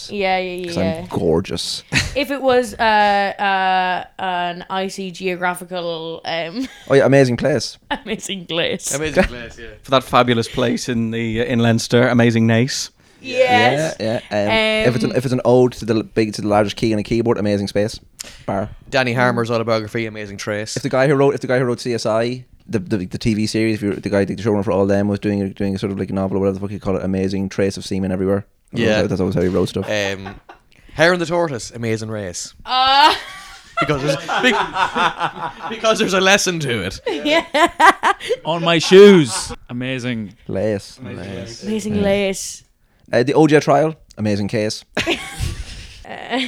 Face.
Yeah, yeah,
'cause
yeah.
I'm gorgeous.
<laughs> If it was uh, uh, an icy geographical um,
Oh yeah, Amazing Place.
amazing place.
Amazing place, yeah.
For that fabulous place in the uh, in Leinster, Amazing Nace.
yes.
Yeah, yeah. Um, if it's an
Um,
if it's an ode to the big to the largest key on a keyboard, Amazing Space. Bar.
Danny Harmer's autobiography, Amazing Trace.
If the guy who wrote if the guy who wrote CSI. The, the, the TV series, if you're, the guy, the showrunner for all them, was doing doing a sort of like a novel or whatever the fuck you call it, amazing trace of semen everywhere. That's
Yeah.
always- that's always how he wrote stuff.
Um, Hare and the Tortoise, Amazing Race.
Uh,
Because there's, be- <laughs> because there's a lesson to it.
On my shoes. Amazing.
Lace.
amazing lace.
Uh, the OJ trial, amazing case.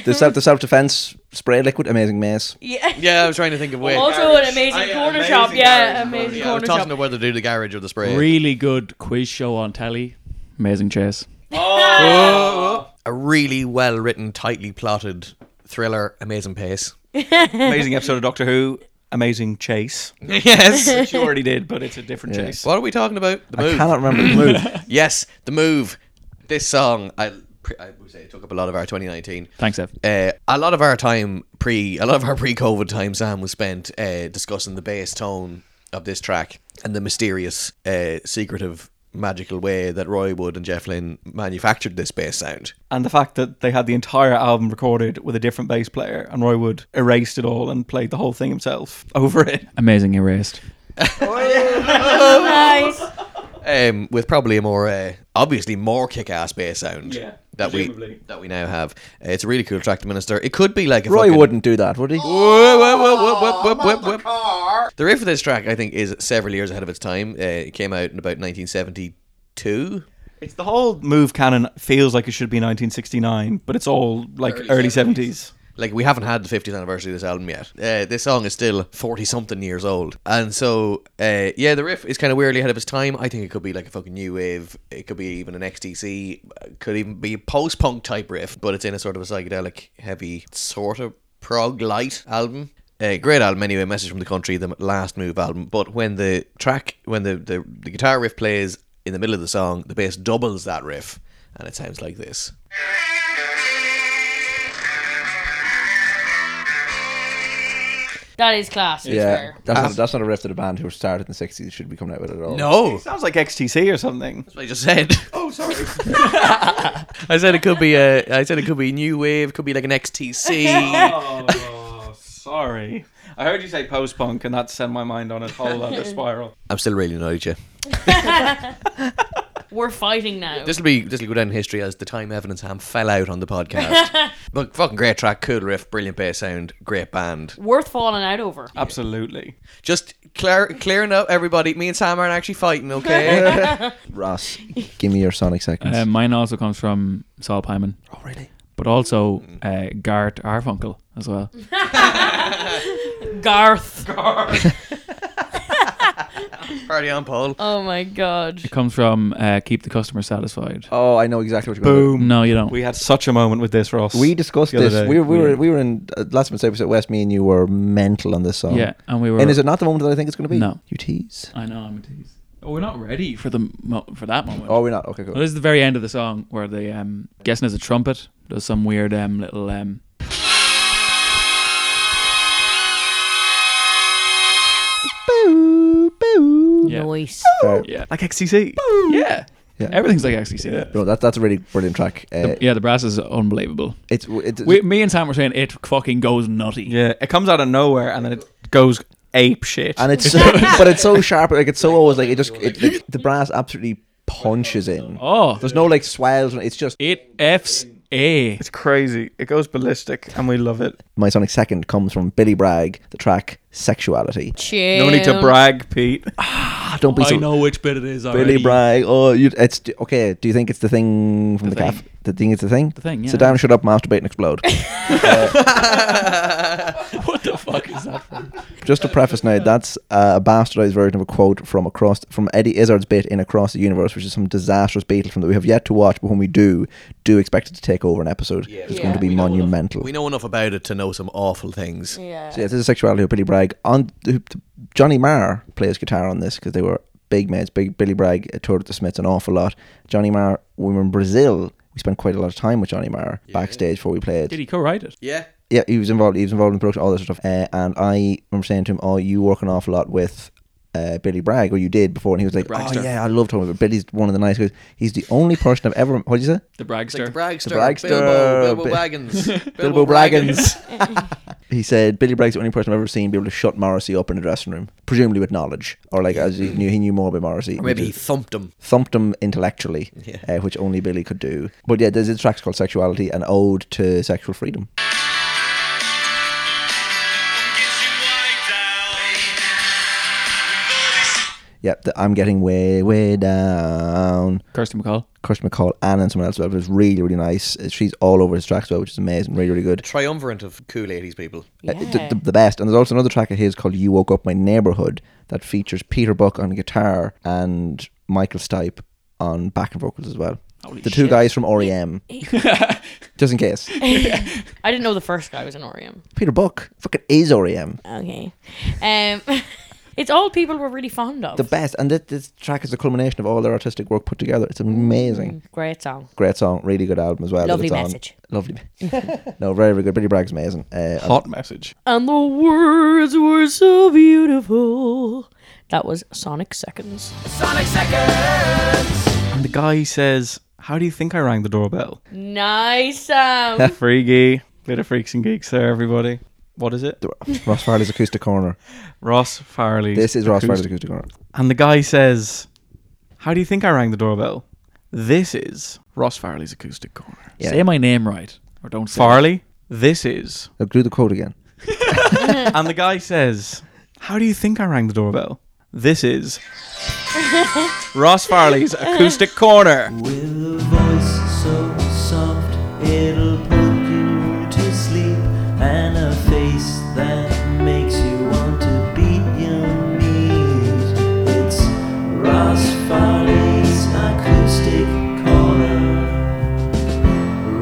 the self the self defense spray liquid, amazing mace.
Yeah.
Yeah, I was trying to think of ways.
Also an amazing corner shop. Yeah, amazing
Yeah, I was
corner
tossing
shop.
up whether to do the garage or the spray.
Really good quiz show on telly. Amazing chase.
a really well written, tightly plotted thriller, Amazing
<laughs>
Pace.
Amazing episode of Doctor Who. Amazing chase.
<laughs>
yes.
She already did, but it's a different chase.
What are we talking about? The move.
I cannot
<coughs>
remember the move.
Yes, the move. This song, I, I would say, it took up a lot of our 2019.
Thanks, Ev.
Uh, a lot of our time pre, a lot of our pre-COVID time, Sam was spent uh, discussing the bass tone of this track and the mysterious, uh, secretive, magical way that Roy Wood and Jeff Lynne manufactured this bass sound.
And the fact that they had the entire album recorded with a different bass player, and Roy Wood erased it all and played the whole thing himself <laughs> over it.
Amazing erased.
Nice.
um, with probably a more uh, obviously more kick-ass bass sound.
Yeah,
That we
presumably.
that we now have. Uh, it's a really cool track to minister. It could be like a
Roy
fucking-
wouldn't do that, would he?
Whoa, whoa, whoa, whoa, whoa, whoa, whoa, whoa. The riff for this track, I think, is several years ahead of its time. Uh, it came out in about 1972.
It's the whole move canon feels like it should be 1969, but it's all like early 70s.
Like we haven't had the 50th anniversary of this album yet. Uh, this song is still 40 something years old, and so uh, yeah, the riff is kind of weirdly ahead of its time. I think it could be like a fucking new wave. It could be even an XTC. It Could even be a post punk type riff, but it's in a sort of a psychedelic heavy sort of prog light album. A great album anyway. Message from the country, the last move album. But when the track, when the, the the guitar riff plays in the middle of the song, the bass doubles that riff, and it sounds like this. <laughs>
That is class. to be
Yeah,
fair.
that's
Ah.
not, that's not a riff that a band who started in the '60s should be coming out with at all.
No,
Sounds like XTC or something.
That's what I just said. Oh, sorry. I said it could be a. I said it could be new wave. Could be like an XTC.
<laughs> Oh, sorry. I heard you say post punk, and that sent my mind on a whole other spiral.
I'm still really annoyed at you.
We're fighting now.
This will be. This will go down in history as the time Evidence Ham fell out on the podcast. but fucking great track, cool riff, brilliant bass sound, great band.
Worth falling out over.
Absolutely.
Just clear, clearing up everybody. Me and Sam aren't actually fighting, okay?
Ross, give me your Sonic Seconds.
Um,
Uh, mine also comes from Saul Pyman,
oh really?
but also uh, Garrett Arfunkel as well.
Garth.
Party on, Paul.
Oh my god.
It comes from uh, Keep the Customer Satisfied.
Oh, I know exactly what you're. Going
Boom.
No, you don't.
We had such a moment with this, Ross.
to. We discussed
The other
this.
day.
We were, we were we were in uh, last month's episode West. Me and you were mental on this song.
yeah, and we were.
And is it not the moment that I think it's going to be?
No.
You tease.
I know, I'm a tease. Oh, we're not ready for the mo- for that moment.
Oh, we're not. Okay,
Well,
cool.
this is the very end of the song where the um, guessing as a trumpet does some weird um, little um, Yeah.
Nice.
So,
Yeah. Like XTC. Yeah.
Yeah.
Everything's like XTC.
no, that, that's a really brilliant track. Uh,
The- yeah, the brass is unbelievable.
it's, it's
We, me and Sam were saying it fucking goes nutty.
Yeah, it comes out of nowhere and then it goes ape shit.
and
<laughs>
it's but it's so sharp, like it's so always like it just it, it- the brass absolutely punches in.
Oh,
There's no like swells. It's just
it f's a.
it's crazy. It goes ballistic and we love it.
my sonic second comes from Billy Bragg, the track "Sexuality."
Chill.
No need to brag, Pete.
Ah, don't be
I
so
know which bit it is already.
Billy Bragg. Oh, you, it's okay. Do you think it's the thing from the,
The
cafe?
thing.
The thing is the thing.
The thing, yeah.
Sit down, shut up, masturbate,
<laughs>
and explode. Uh,
What the fuck is that from?
Just to preface now, that's uh, a bastardized version of a quote from across from Eddie Izzard's bit in Across the Universe, which is some disastrous Beatle film that we have yet to watch, but when we do, do expect it to take over an episode. it's
we-
going to be
we know enough-
monumental.
we know enough about it to know some awful things.
Yeah.
So yeah, this is sexuality of Billy Bragg. On who- Johnny Marr plays guitar on this because they were big mates. Big Billy Bragg uh, toured with the Smiths an awful lot. Johnny Marr, when we were in Brazil, we spent quite a lot of time with Johnny Marr backstage before we played.
Did he co-write it?
Yeah.
Yeah, he was involved. He was involved in production, all that sort of stuff. Uh, and I remember saying to him, "Oh, you work an awful lot with." Uh, Billy Bragg, or you did before, and he was like, "Oh
Bragster.
yeah, I love talking about Billy's one of the nice guys. He's the only person I've ever what did you say?
The
It's like
Bragster.
the Bragster,
The Bragster,
Bilbo,
Bi-
Bilbo <laughs> Baggins,
Bilbo Braggins.
<laughs>
he said Billy Bragg's the only person I've ever seen be able to shut Morrissey up in the dressing room, presumably with knowledge, or like as he knew he knew more about Morrissey.
Or maybe he
which is-
thumped him.
thumped him intellectually, uh, which only Billy could do. But yeah, there's a track called "Sexuality," an ode to sexual freedom. Yeah, the, I'm getting way, way down.
Kirsty McCall.
Kirsten McCall and then someone else, but it's really, really nice. She's all over his tracks, as well, which is amazing, really, really good.
Triumvirate of cool ladies people.
Uh, the, the, the best. And there's also another track of his called You Woke Up My Neighborhood that features Peter Buck on guitar and Michael Stipe on backing vocals as well. the two guys from REM. <laughs> Just in case.
<laughs> I didn't know the first guy was an REM.
Peter Buck fucking is E REM.
Okay. Um, <laughs> it's all people were really fond of.
The best. And this, this track is the culmination of all their artistic work put together. It's amazing.
Great song.
Great song, really good album as well. that
Lovely
it's on.
message.
Lovely. <laughs> no, very, very good. Billy Bragg's amazing. Uh,
Hot message.
And the words were so beautiful. That was Sonic Seconds.
Sonic Seconds.
And the guy says, How do you think I rang the doorbell?
Nice sound.
Freaky. Bit of freaks and geeks there, everybody. What is it?
Ross Farley's Acoustic Corner.
Ross Farley.
This is Ross Farley's Acoustic Corner.
And the guy says, How do you think I rang the doorbell? This is Ross Farley's acoustic corner.
Yeah.
Say my name right, or don't say. it.
Farley, this is. <laughs>
Look, do the quote again.
and the guy says, How do you think I rang the doorbell? This is Ross Farley's acoustic corner.
With a voice so soft, it'll put you to sleep, and a face that makes you want to beat your knees. It's Ross Farley's acoustic corner.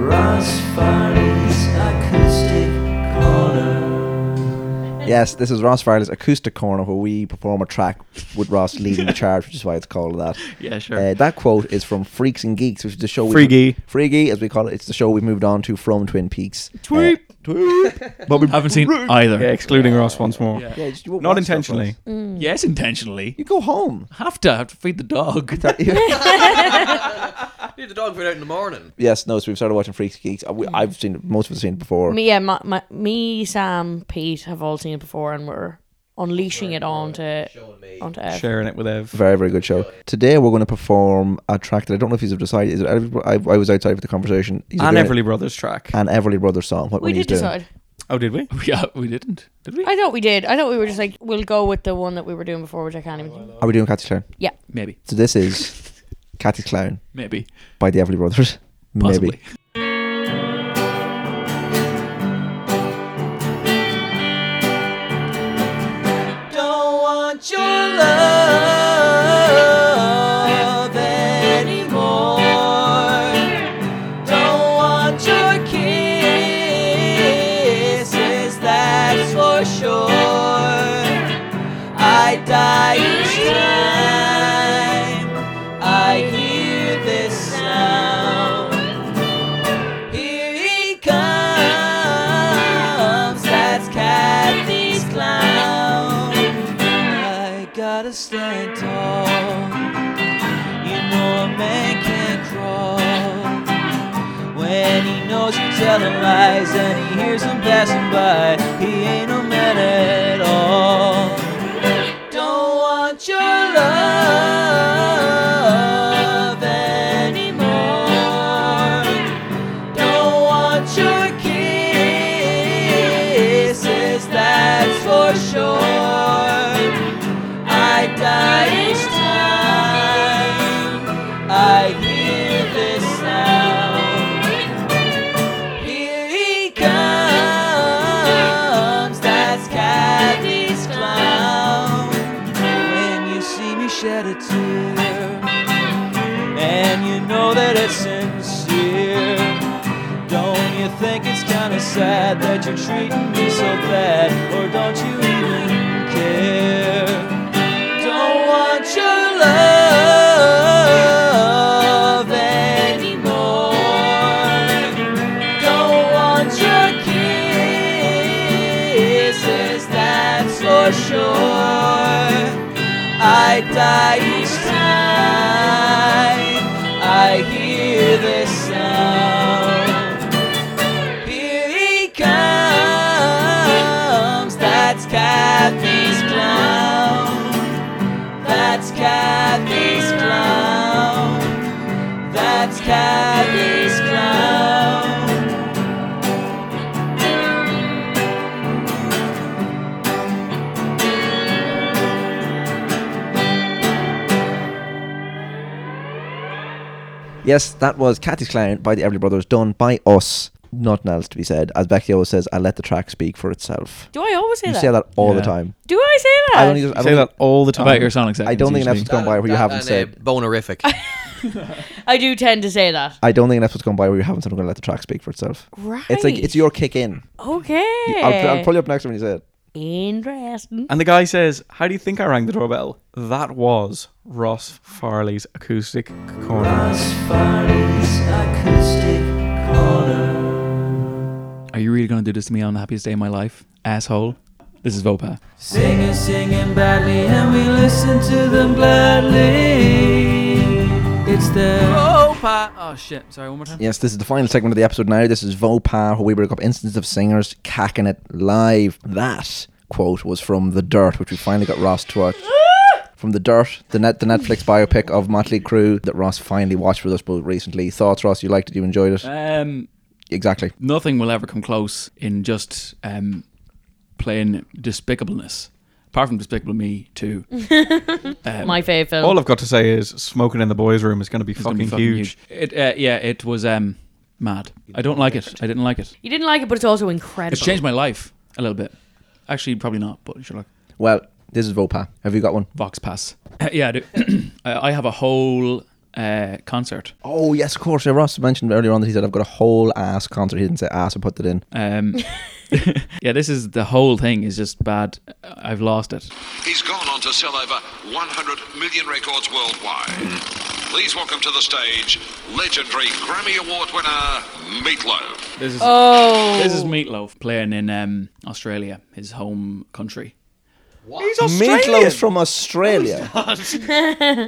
Ross Farley's acoustic corner.
Yes, this is Ross Farley's Acoustic Corner, where we perform a track with Ross leading the charge, which is why it's called that.
Yeah, sure.
Uh, that quote is from Freaks and Geeks, which is the show.
Freaky.
Freaky, as we call it. It's the show we've moved on to from Twin Peaks. Uh, Tweep.
But we haven't seen either.
Yeah, excluding Ross once more.
yeah, just- you won't
Not
watch stuff,
intentionally.
Ross.
Yes, intentionally.
You go home.
Have to have to feed the dog. <laughs>
Leave the dog food out in the morning.
<laughs> yes, no. So we've started watching Freaks and Geeks. Uh, we- I've seen it, most of us seen it before.
<laughs> me, yeah, my, my, me, Sam, Pete have all seen it before, and we're unleashing it onto onto Ev.
Sharing it with Ev.
Very, very good show. Today we're going to perform a track that I don't know if you've decided. Is it? I, I was outside of the conversation. He's
And
doing it-
Everly Brothers track.
An Everly Brothers song. What
We
when he's
did
doing.
decide.
Oh, did we?
yeah, we didn't, did we?
I thought we did. I thought we were just like we'll go with the one that we were doing before, which I can't even. think.
Are we doing Cathy's Clown?
Maybe,
So this is
<laughs>
Cathy's Clown
maybe,
by the Everly Brothers.
possibly.
Maybe.
Don't want your love anymore. Don't want your kisses, that's for sure. I die each time I hear this sound. Here he comes, that's Kathy's clown. I gotta stand tall. You know a man can't crawl when he knows you're telling lies and he hears them passing by. He ain't a man at all. Don't want your love anymore don't want your kisses, that's for sure. I die each time I hear this sound. Here he comes, that's Caddy's clown. When you see me shed a tear, and you know that it's sincere. Don't you think it's kinda sad that you're treating me so bad? Or don't you even care? Don't want your love anymore. Don't want your kisses, that's for sure. I die each time I hear this sound. Here he comes, that's Kathy's clown. That's Kathy's clown. That's Kathy's clown.
Yes, that was Cathy's Clown by the Everly Brothers, done by us. Nothing else to be said. As Becky always says, I let the track speak for itself.
Do I always say
You
that?
say that all
Yeah.
the time.
Do I say that?
I don't even. I
say
don't,
that all the time.
About your sonic seconds.
I don't think an
usually.
episode's gone by where you
That
haven't
and, uh,
said.
bonerific. <laughs>
I do tend to say that.
I don't think an episode's gone by where you haven't said. I'm going to let the track speak for itself.
Right.
It's like it's your kick in.
Okay.
You- I'll, I'll pull you up next time when you say it.
Interesting.
And the guy says, How do you think I rang the doorbell? That was Ross Farley's acoustic corner.
Are you really going to do this to me on the happiest day of my life? Asshole. This is Vopa.
Singing, singing badly, and we listen to them gladly. It's the
Oh, pa- oh shit! Sorry, one more time.
Yes, this is the final segment of the episode now. This is Vopa, where we break up instances of singers cacking it live. That quote was from The Dirt, which we finally got Ross to watch. From The Dirt, the net, the Netflix biopic of Motley Crue that Ross finally watched with us both recently. Thoughts, Ross? You liked it? You enjoyed it?
Um,
Exactly.
nothing will ever come close in just um, plain despicableness. Apart from Despicable Me too. Um,
My fave film.
All I've got to say is smoking in the boys' room is going to be
it's gonna
fucking,
be
huge.
It, uh, yeah, it was um, mad. I don't like it. I didn't like it.
you didn't like it, but it's also incredible.
It's changed my life a little bit. Actually, probably not, but sure, look.
Well, this is Vopa. Have you got one?
Vox Pass. <laughs> yeah, I, do. <coughs> Uh, I I have a whole uh, concert.
Oh yes, of course. Yeah, Ross mentioned earlier on that he said I've got a whole ass concert. He didn't say ass. I put that in.
Um, <laughs> yeah, this is the whole thing is just bad. I've lost it.
He's gone on to sell over 100 million records worldwide. Please welcome to the stage legendary Grammy Award winner Meatloaf.
This is
Oh.
this is Meatloaf playing in um, Australia, his home country.
Meatloaf's from
<laughs>
Australia.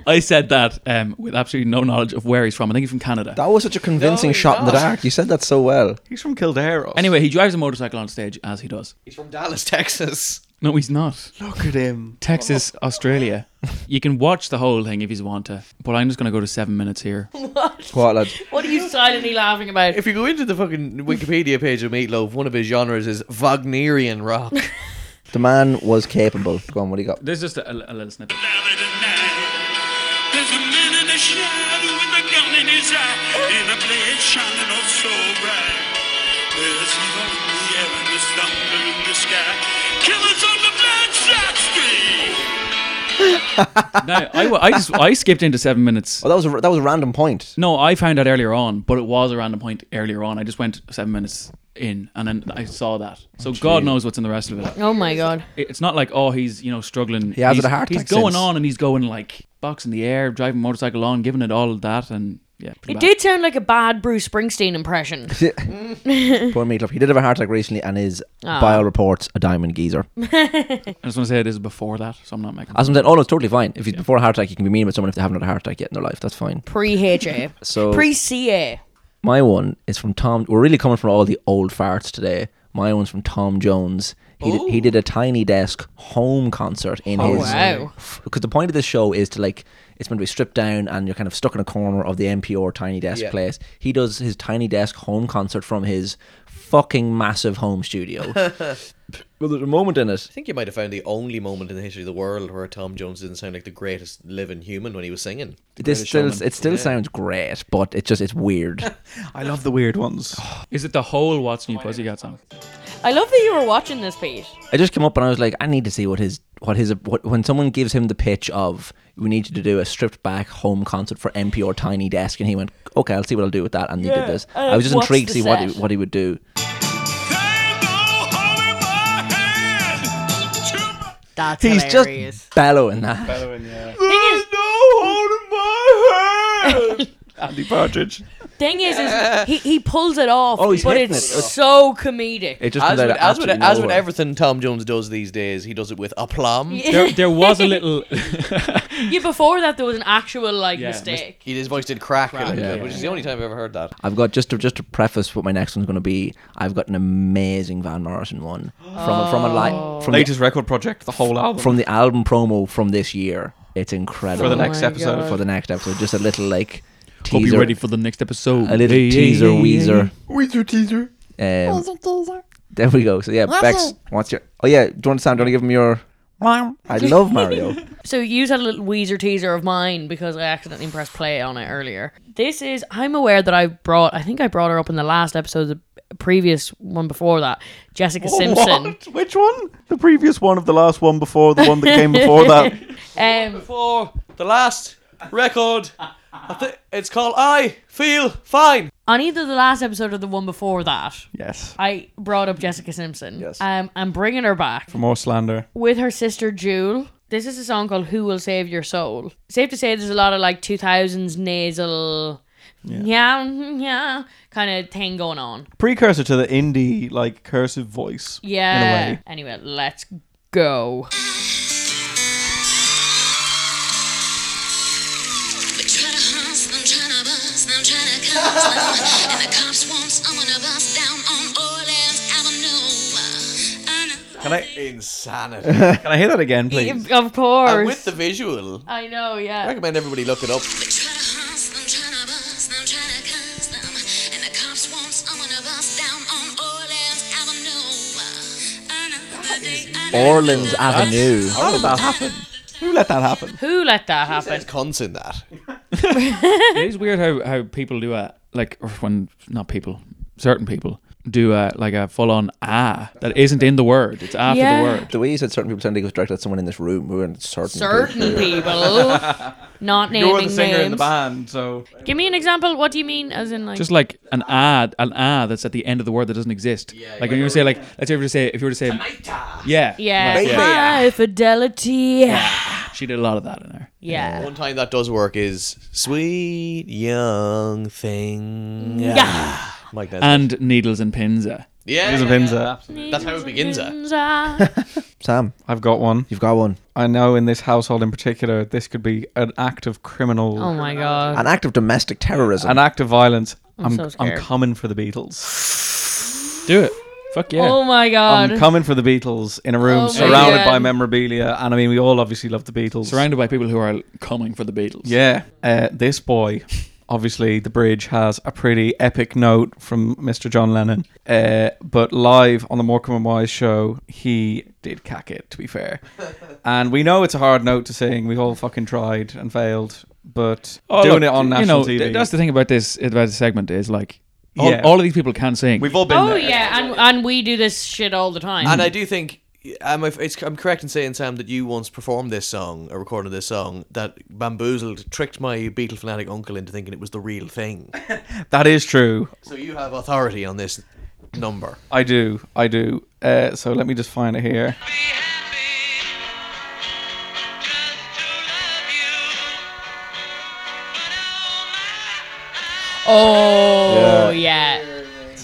I said that um, with absolutely no knowledge of where he's from. I think he's from Canada.
That was such a convincing
No, he's
shot in the
not.
dark. You said that so well.
He's from Kildare. Ross.
anyway, he drives a motorcycle on stage as he does.
He's from Dallas, Texas.
No, he's not.
look at him. <laughs>
Texas, Australia. You can watch the whole thing if you want to, but I'm just going to go to seven minutes here.
What lad?
What are you silently laughing about?
If you go into the fucking Wikipedia page of Meatloaf, one of his genres is Wagnerian <laughs> rock.
The man was capable. Go on, what do you got?
There's just a, a little snippet.
There's a man in the shadow with a gun in his eye and a blade shining oh so bright. There's evil in the air and there's thunder in the sky. Killers on the bloodshot street.
No, I, I just I skipped into seven minutes.
Oh, that was a, that was a random point.
No, I found out earlier on, but it was a random point earlier on. I just went seven minutes in, and then I saw that. So God knows what's in the rest of it.
oh my god.
It- It's not like oh he's you know struggling. He
hasn't
he's,
a heart
He's
attack
going
since.
on and he's going like box in the air, driving motorcycle on, giving it all of that, and Yeah,
It did sound like a bad Bruce Springsteen impression.
Poor Meatloaf. He did have a heart attack recently, and his
Aw.
bio reports a diamond geezer.
I just want to say it is before that, so I'm not making.
As I'm saying, oh no, it's totally fine. If he's before a heart attack, you can be mean with someone if they haven't had a heart attack yet in their life. That's fine.
Pre HA.
So-
pre CA.
My one is from Tom. We're really coming from all the old farts today. My one's from Tom Jones. He did, he did a tiny desk home concert in
Oh,
his
wow.
because the point of this show is to like it's meant to be stripped down and you're kind of stuck in a corner of the NPR tiny desk
Yeah.
place. He does his tiny desk home concert from his fucking massive home
<laughs>
studio. well, there's a moment in it.
I think you might have found the only moment in the history of the world where Tom Jones didn't sound like the greatest living human when he was singing.
This
Greatest
still
showman.
it still
Yeah.
sounds great, but it's just it's weird.
I love the
<sighs>
weird ones.
Is it the whole What's New Pussycat song?
I love that you were watching this, Pete.
I just came up and I was like, I need to see what his what his what, when someone gives him the pitch of we need you to do a stripped back home concert for NPR Tiny Desk, and he went, okay, I'll see what I'll do with that, and he
Yeah,
did this.
uh,
I was just
what's
intrigued to
the
see what he,
set?
what he would do.
That's
He's
hilarious.
just bellowing that.
Andy Partridge.
Thing is, is he, he pulls it off,
Oh, he's
but
hitting
it's
it.
so comedic.
It just comes
As
out
with,
of
as, with,
absolutely
as with
nowhere.
everything Tom Jones does these days, he does it with aplomb.
<laughs>
There, there was a little. <laughs>
yeah, before that there was an actual like
Yeah, mis-
mistake.
He, his voice did crack, a little
Yeah,
bit,
yeah,
which is the only time I've ever heard that.
I've got just to just to preface what my next one's going to be. I've got an amazing Van Morrison one from a from a li-
Oh.
from the,
Latest record project, the whole album.
from the album promo from this year. It's incredible.
Oh
for the next episode.
for the next episode, just a little like
Hope
teaser.
you're ready for the next episode.
a little
Hey, hey,
teaser,
hey, hey.
Weezer.
Weezer teaser.
Um, there we go. So yeah, Bex, what's your? Oh yeah, do you want to sound? Do you want to give him your? I
<laughs>
love Mario.
So you had a little Weezer teaser of mine because I accidentally pressed play on it earlier. This is I'm aware that I brought I think I brought her up in the last episode, the previous one before that, Jessica Simpson.
What? Which one? The previous one of the last one before the one that came before
<laughs>
that.
Um,
For the last record, I thi- it's called I Feel Fine.
on either the last episode or the one before that,
Yes.
I brought up Jessica Simpson.
Yes.
Um, I'm bringing her back.
For more slander.
with her sister Jewel. This is a song called "Who Will Save Your Soul." Safe to say, there's a lot of like 2000s nasal, yeah, mm, yeah, kind of thing going on.
Precursor to the indie, like, cursive voice. In a
Yeah.
way.
Anyway, let's go.
Can I? Insanity.
Can I hear that again, please?
Of course.
and with the visual,
I know.
I
Yeah.
recommend everybody look it up.
Orleans Avenue.
How did that happen? Who let that happen?
Who let that happen?
There's cunts in that.
it is weird how, how people do a like or when not people certain people do a like a full on ah that isn't in the word it's after
Yeah.
the word
The way you said certain people sounded was directed at someone in this room. We weren't certain.
Certain people, not naming
You're the singer
names.
in the band, so.
Give me an example. What do you mean? As in, like,
just like an ah an ah that's at the end of the word that doesn't exist like when you say like let's say if you were to say if you were to say yeah
yeah,
like,
high fidelity. Yeah.
she did a lot of that in there
Yeah.
One time that does work is sweet young thing. Mike Nesbitt.
and needles and pins uh,
yeah,
Here's a
yeah, yeah.
Vinza.
That's how it begins. uh.
Sam,
I've got one.
you've got one.
I know in this household in particular, this could be an act of criminal,
Oh
<laughs>
my god.
An act of domestic terrorism.
an act of violence. I'm,
so
I'm
scared.
coming for the Beatles.
do it fuck yeah
Oh my god.
I'm coming for the Beatles in a room
Oh my
surrounded
God.
by memorabilia, and I mean, we all obviously love the Beatles.
surrounded by people who are coming for the Beatles
Yeah. Uh, this boy, obviously, the bridge has a pretty epic note from Mr. John Lennon. Uh, but live on the Morecambe and Wise show, he did cack it, to
<laughs>
be fair. and we know it's a hard note to sing. We've all fucking tried and failed. But
Oh,
doing
look,
it on
you
national
know, th-
TV.
that's the thing about this about the segment is like all,
Yeah.
all of these people can sing
We've all been
Oh
there.
yeah, and and we do this shit all the time.
And I do think I'm, if it's, I'm correct in saying, Sam, that you once performed this song, a recording of this song, that bamboozled, tricked my Beatle fanatic uncle into thinking it was the real thing.
That is true.
so you have authority on this number.
I do. I do. Uh, so let me just find it here.
Just to love you, but oh my,
Oh yeah.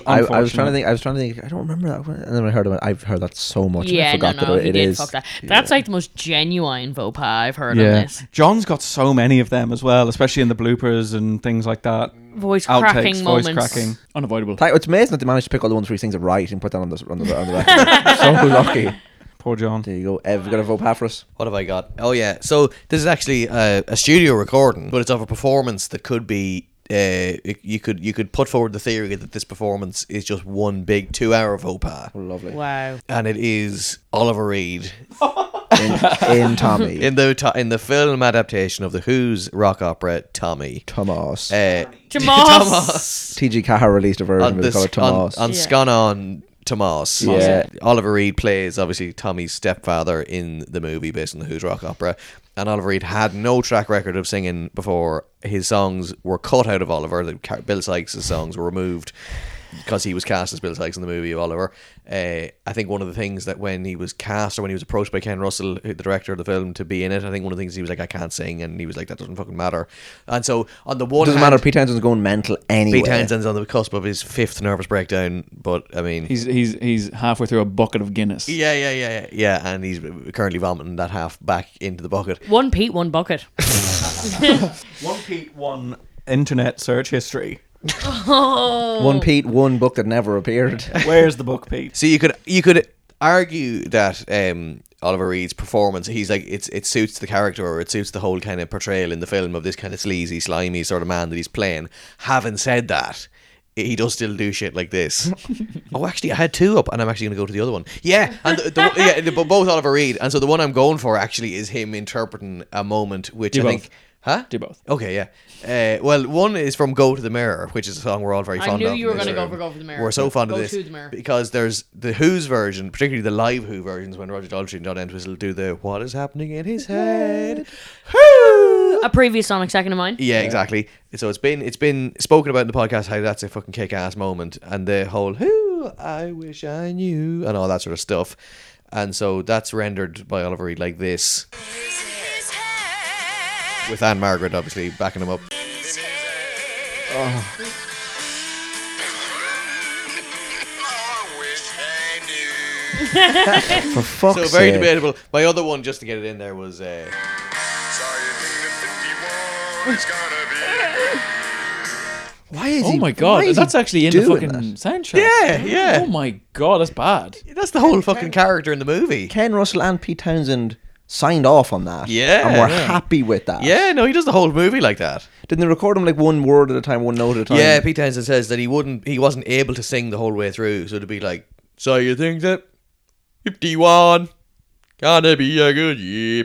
I, I was trying to think. I was trying to think. I don't remember that one. And then I heard of it. I've heard that so much. and I
Yeah, no,
forgot
no,
that
he
it
did
is.
fuck that. That's like the most genuine Vopa I've heard on
Yeah,
this.
John's got so many of them as well, especially in the bloopers and things like that.
Voice
Outtakes,
cracking
voice
moments.
cracking, unavoidable.
Like, It's amazing that they managed to pick all the one three things right and put that on the on the, on the record. so lucky.
Poor John.
There you go. Ev, you got a vote for us.
What have I got? Oh yeah, so this is actually uh, a studio recording, but it's of a performance that could be. Uh, it- you could you could put forward the theory that this performance is just one big two hour vopa.
lovely.
Wow.
And it is Oliver Reed
in, in Tommy.
<laughs> in the to- in the film adaptation of the Who's rock opera Tommy.
Tomas.
Uh,
<laughs> Tomas.
T.G. Caha released a version
on
of it
this
called
on,
Tomas.
on Scon on Tomas.
Yeah.
Oliver Reed plays obviously Tommy's stepfather in the movie based on the Who's rock opera, and Oliver Reed had no track record of singing before his songs were cut out of Oliver. The Car- Bill Sykes' songs were removed. Because he was cast as Bill Sykes in the movie of Oliver, uh, I think one of the things that when he was cast or when he was approached by Ken Russell, who- the director of the film, to be in it, I think one of the things he was like, "I can't sing," and he was like, "That doesn't fucking matter." And so on the one
Doesn't
hand-
matter. Pete Townsend's going mental anyway.
Pete Townsend's on the cusp of his fifth nervous breakdown, but I mean,
He's he's he's halfway through a bucket of Guinness.
yeah, yeah, yeah, yeah, yeah, and he's currently vomiting that half back into the bucket.
One Pete, one bucket.
One Pete, one internet
<laughs>
search history.
oh.
One Pete, one book that never
<laughs>
appeared.
Where's the book, Pete?
So you could you could argue that um, Oliver Reed's performance, he's like it's it suits the character or it suits the whole kind of portrayal in the film of this kind of sleazy, slimy sort of man that he's playing. Having said that. He does still do shit like this.
<laughs>
oh, actually, I had two up, and I'm actually going to go to the other one. Yeah, and the, the, one- yeah, the, but both Oliver Reed, and so the one I'm going for actually is him interpreting a moment, which
Do
I
both.
think, huh?
Do both.
Okay, yeah. Uh, well, one is from "Go to the Mirror," which is a song we're all very
I
fond
knew
of.
you were
in this
gonna go
room.
for Go to the Mirror.
We're so fond
Go
of this
to the Mirror.
because there's the Who's version, particularly the live Who versions, when Roger Daltrey and John Entwistle do the "What is happening in
<laughs>
his head." Who?
A previous Sonic second of mine.
Yeah, exactly. So it's been it's been spoken about in the podcast how that's a fucking kick ass moment and the whole who I wish I knew and all that sort of stuff. And so that's rendered by Oliver Reed like this. With Anne Margaret obviously backing him up.
For fuck's
so very
sake.
debatable. My other one just to get it in there was uh,
Why is
Oh
he?
my
why
god,
is he
that's actually in the
doing
fucking
that?
soundtrack.
Yeah, yeah.
Oh my god, that's bad.
that's the whole fucking character in the movie.
Ken Russell and Pete Townsend signed off on that.
Yeah,
and we're
yeah.
happy with that.
Yeah, no, he does the whole movie like that.
Didn't they record him like one word at a time, one note at a time?
Yeah, Pete Townsend says that he wouldn't, he wasn't able to sing the whole way through, so to be like, so you think that fifty-one gonna be a good year?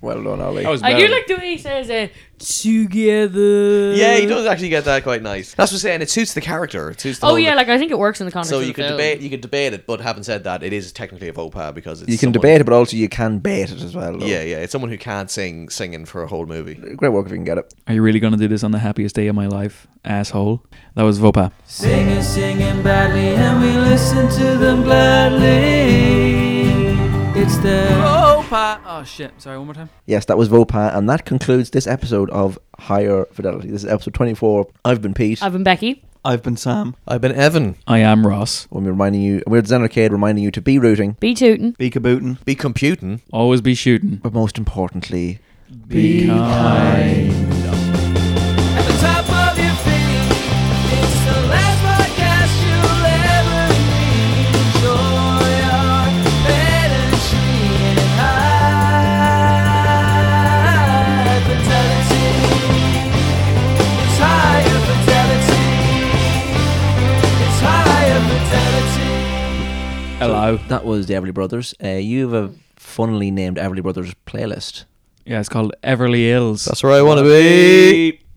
Well done, Ollie.
That was
I
better.
do like the way he says uh, together.
Yeah, he does actually get that quite nice. That's what I'm saying. It suits the character. It suits the
Oh
whole
yeah, like I think it works in the context.
so
of
you
the
could
film.
debate, you could debate it, but having said that, it is technically a vopa because it's
you can
someone-
debate it, but also you can bait it as well. though.
Yeah, yeah, it's someone who can't sing singing for a whole movie.
Great work if you can get it.
Are you really gonna do this on the happiest day of my life, asshole? That was Vopa.
Singers singing badly, and we listen to them gladly. It's the
Oh, pa- oh shit! Sorry, one more time.
Yes, that was Vopa, and that concludes this episode of Higher Fidelity. This is episode 24. I've been Pete.
I've been Becky.
I've been Sam.
I've been Evan.
I am Ross.
when we're reminding you, we're at Zen Arcade reminding you to be rooting,
Be tootin'.
Be kabootin'.
Be computing.
Always be shooting.
but most importantly,
Be kind.
at the top of your feet. It's the last podcast you'll ever need. Enjoy our pedantry and high fidelity. It's higher fidelity. It's higher fidelity.
Hello.
that was the Everly Brothers. Uh, you have a funnily named Everly Brothers playlist.
Yeah, it's called Everly Ills.
That's where I want to be.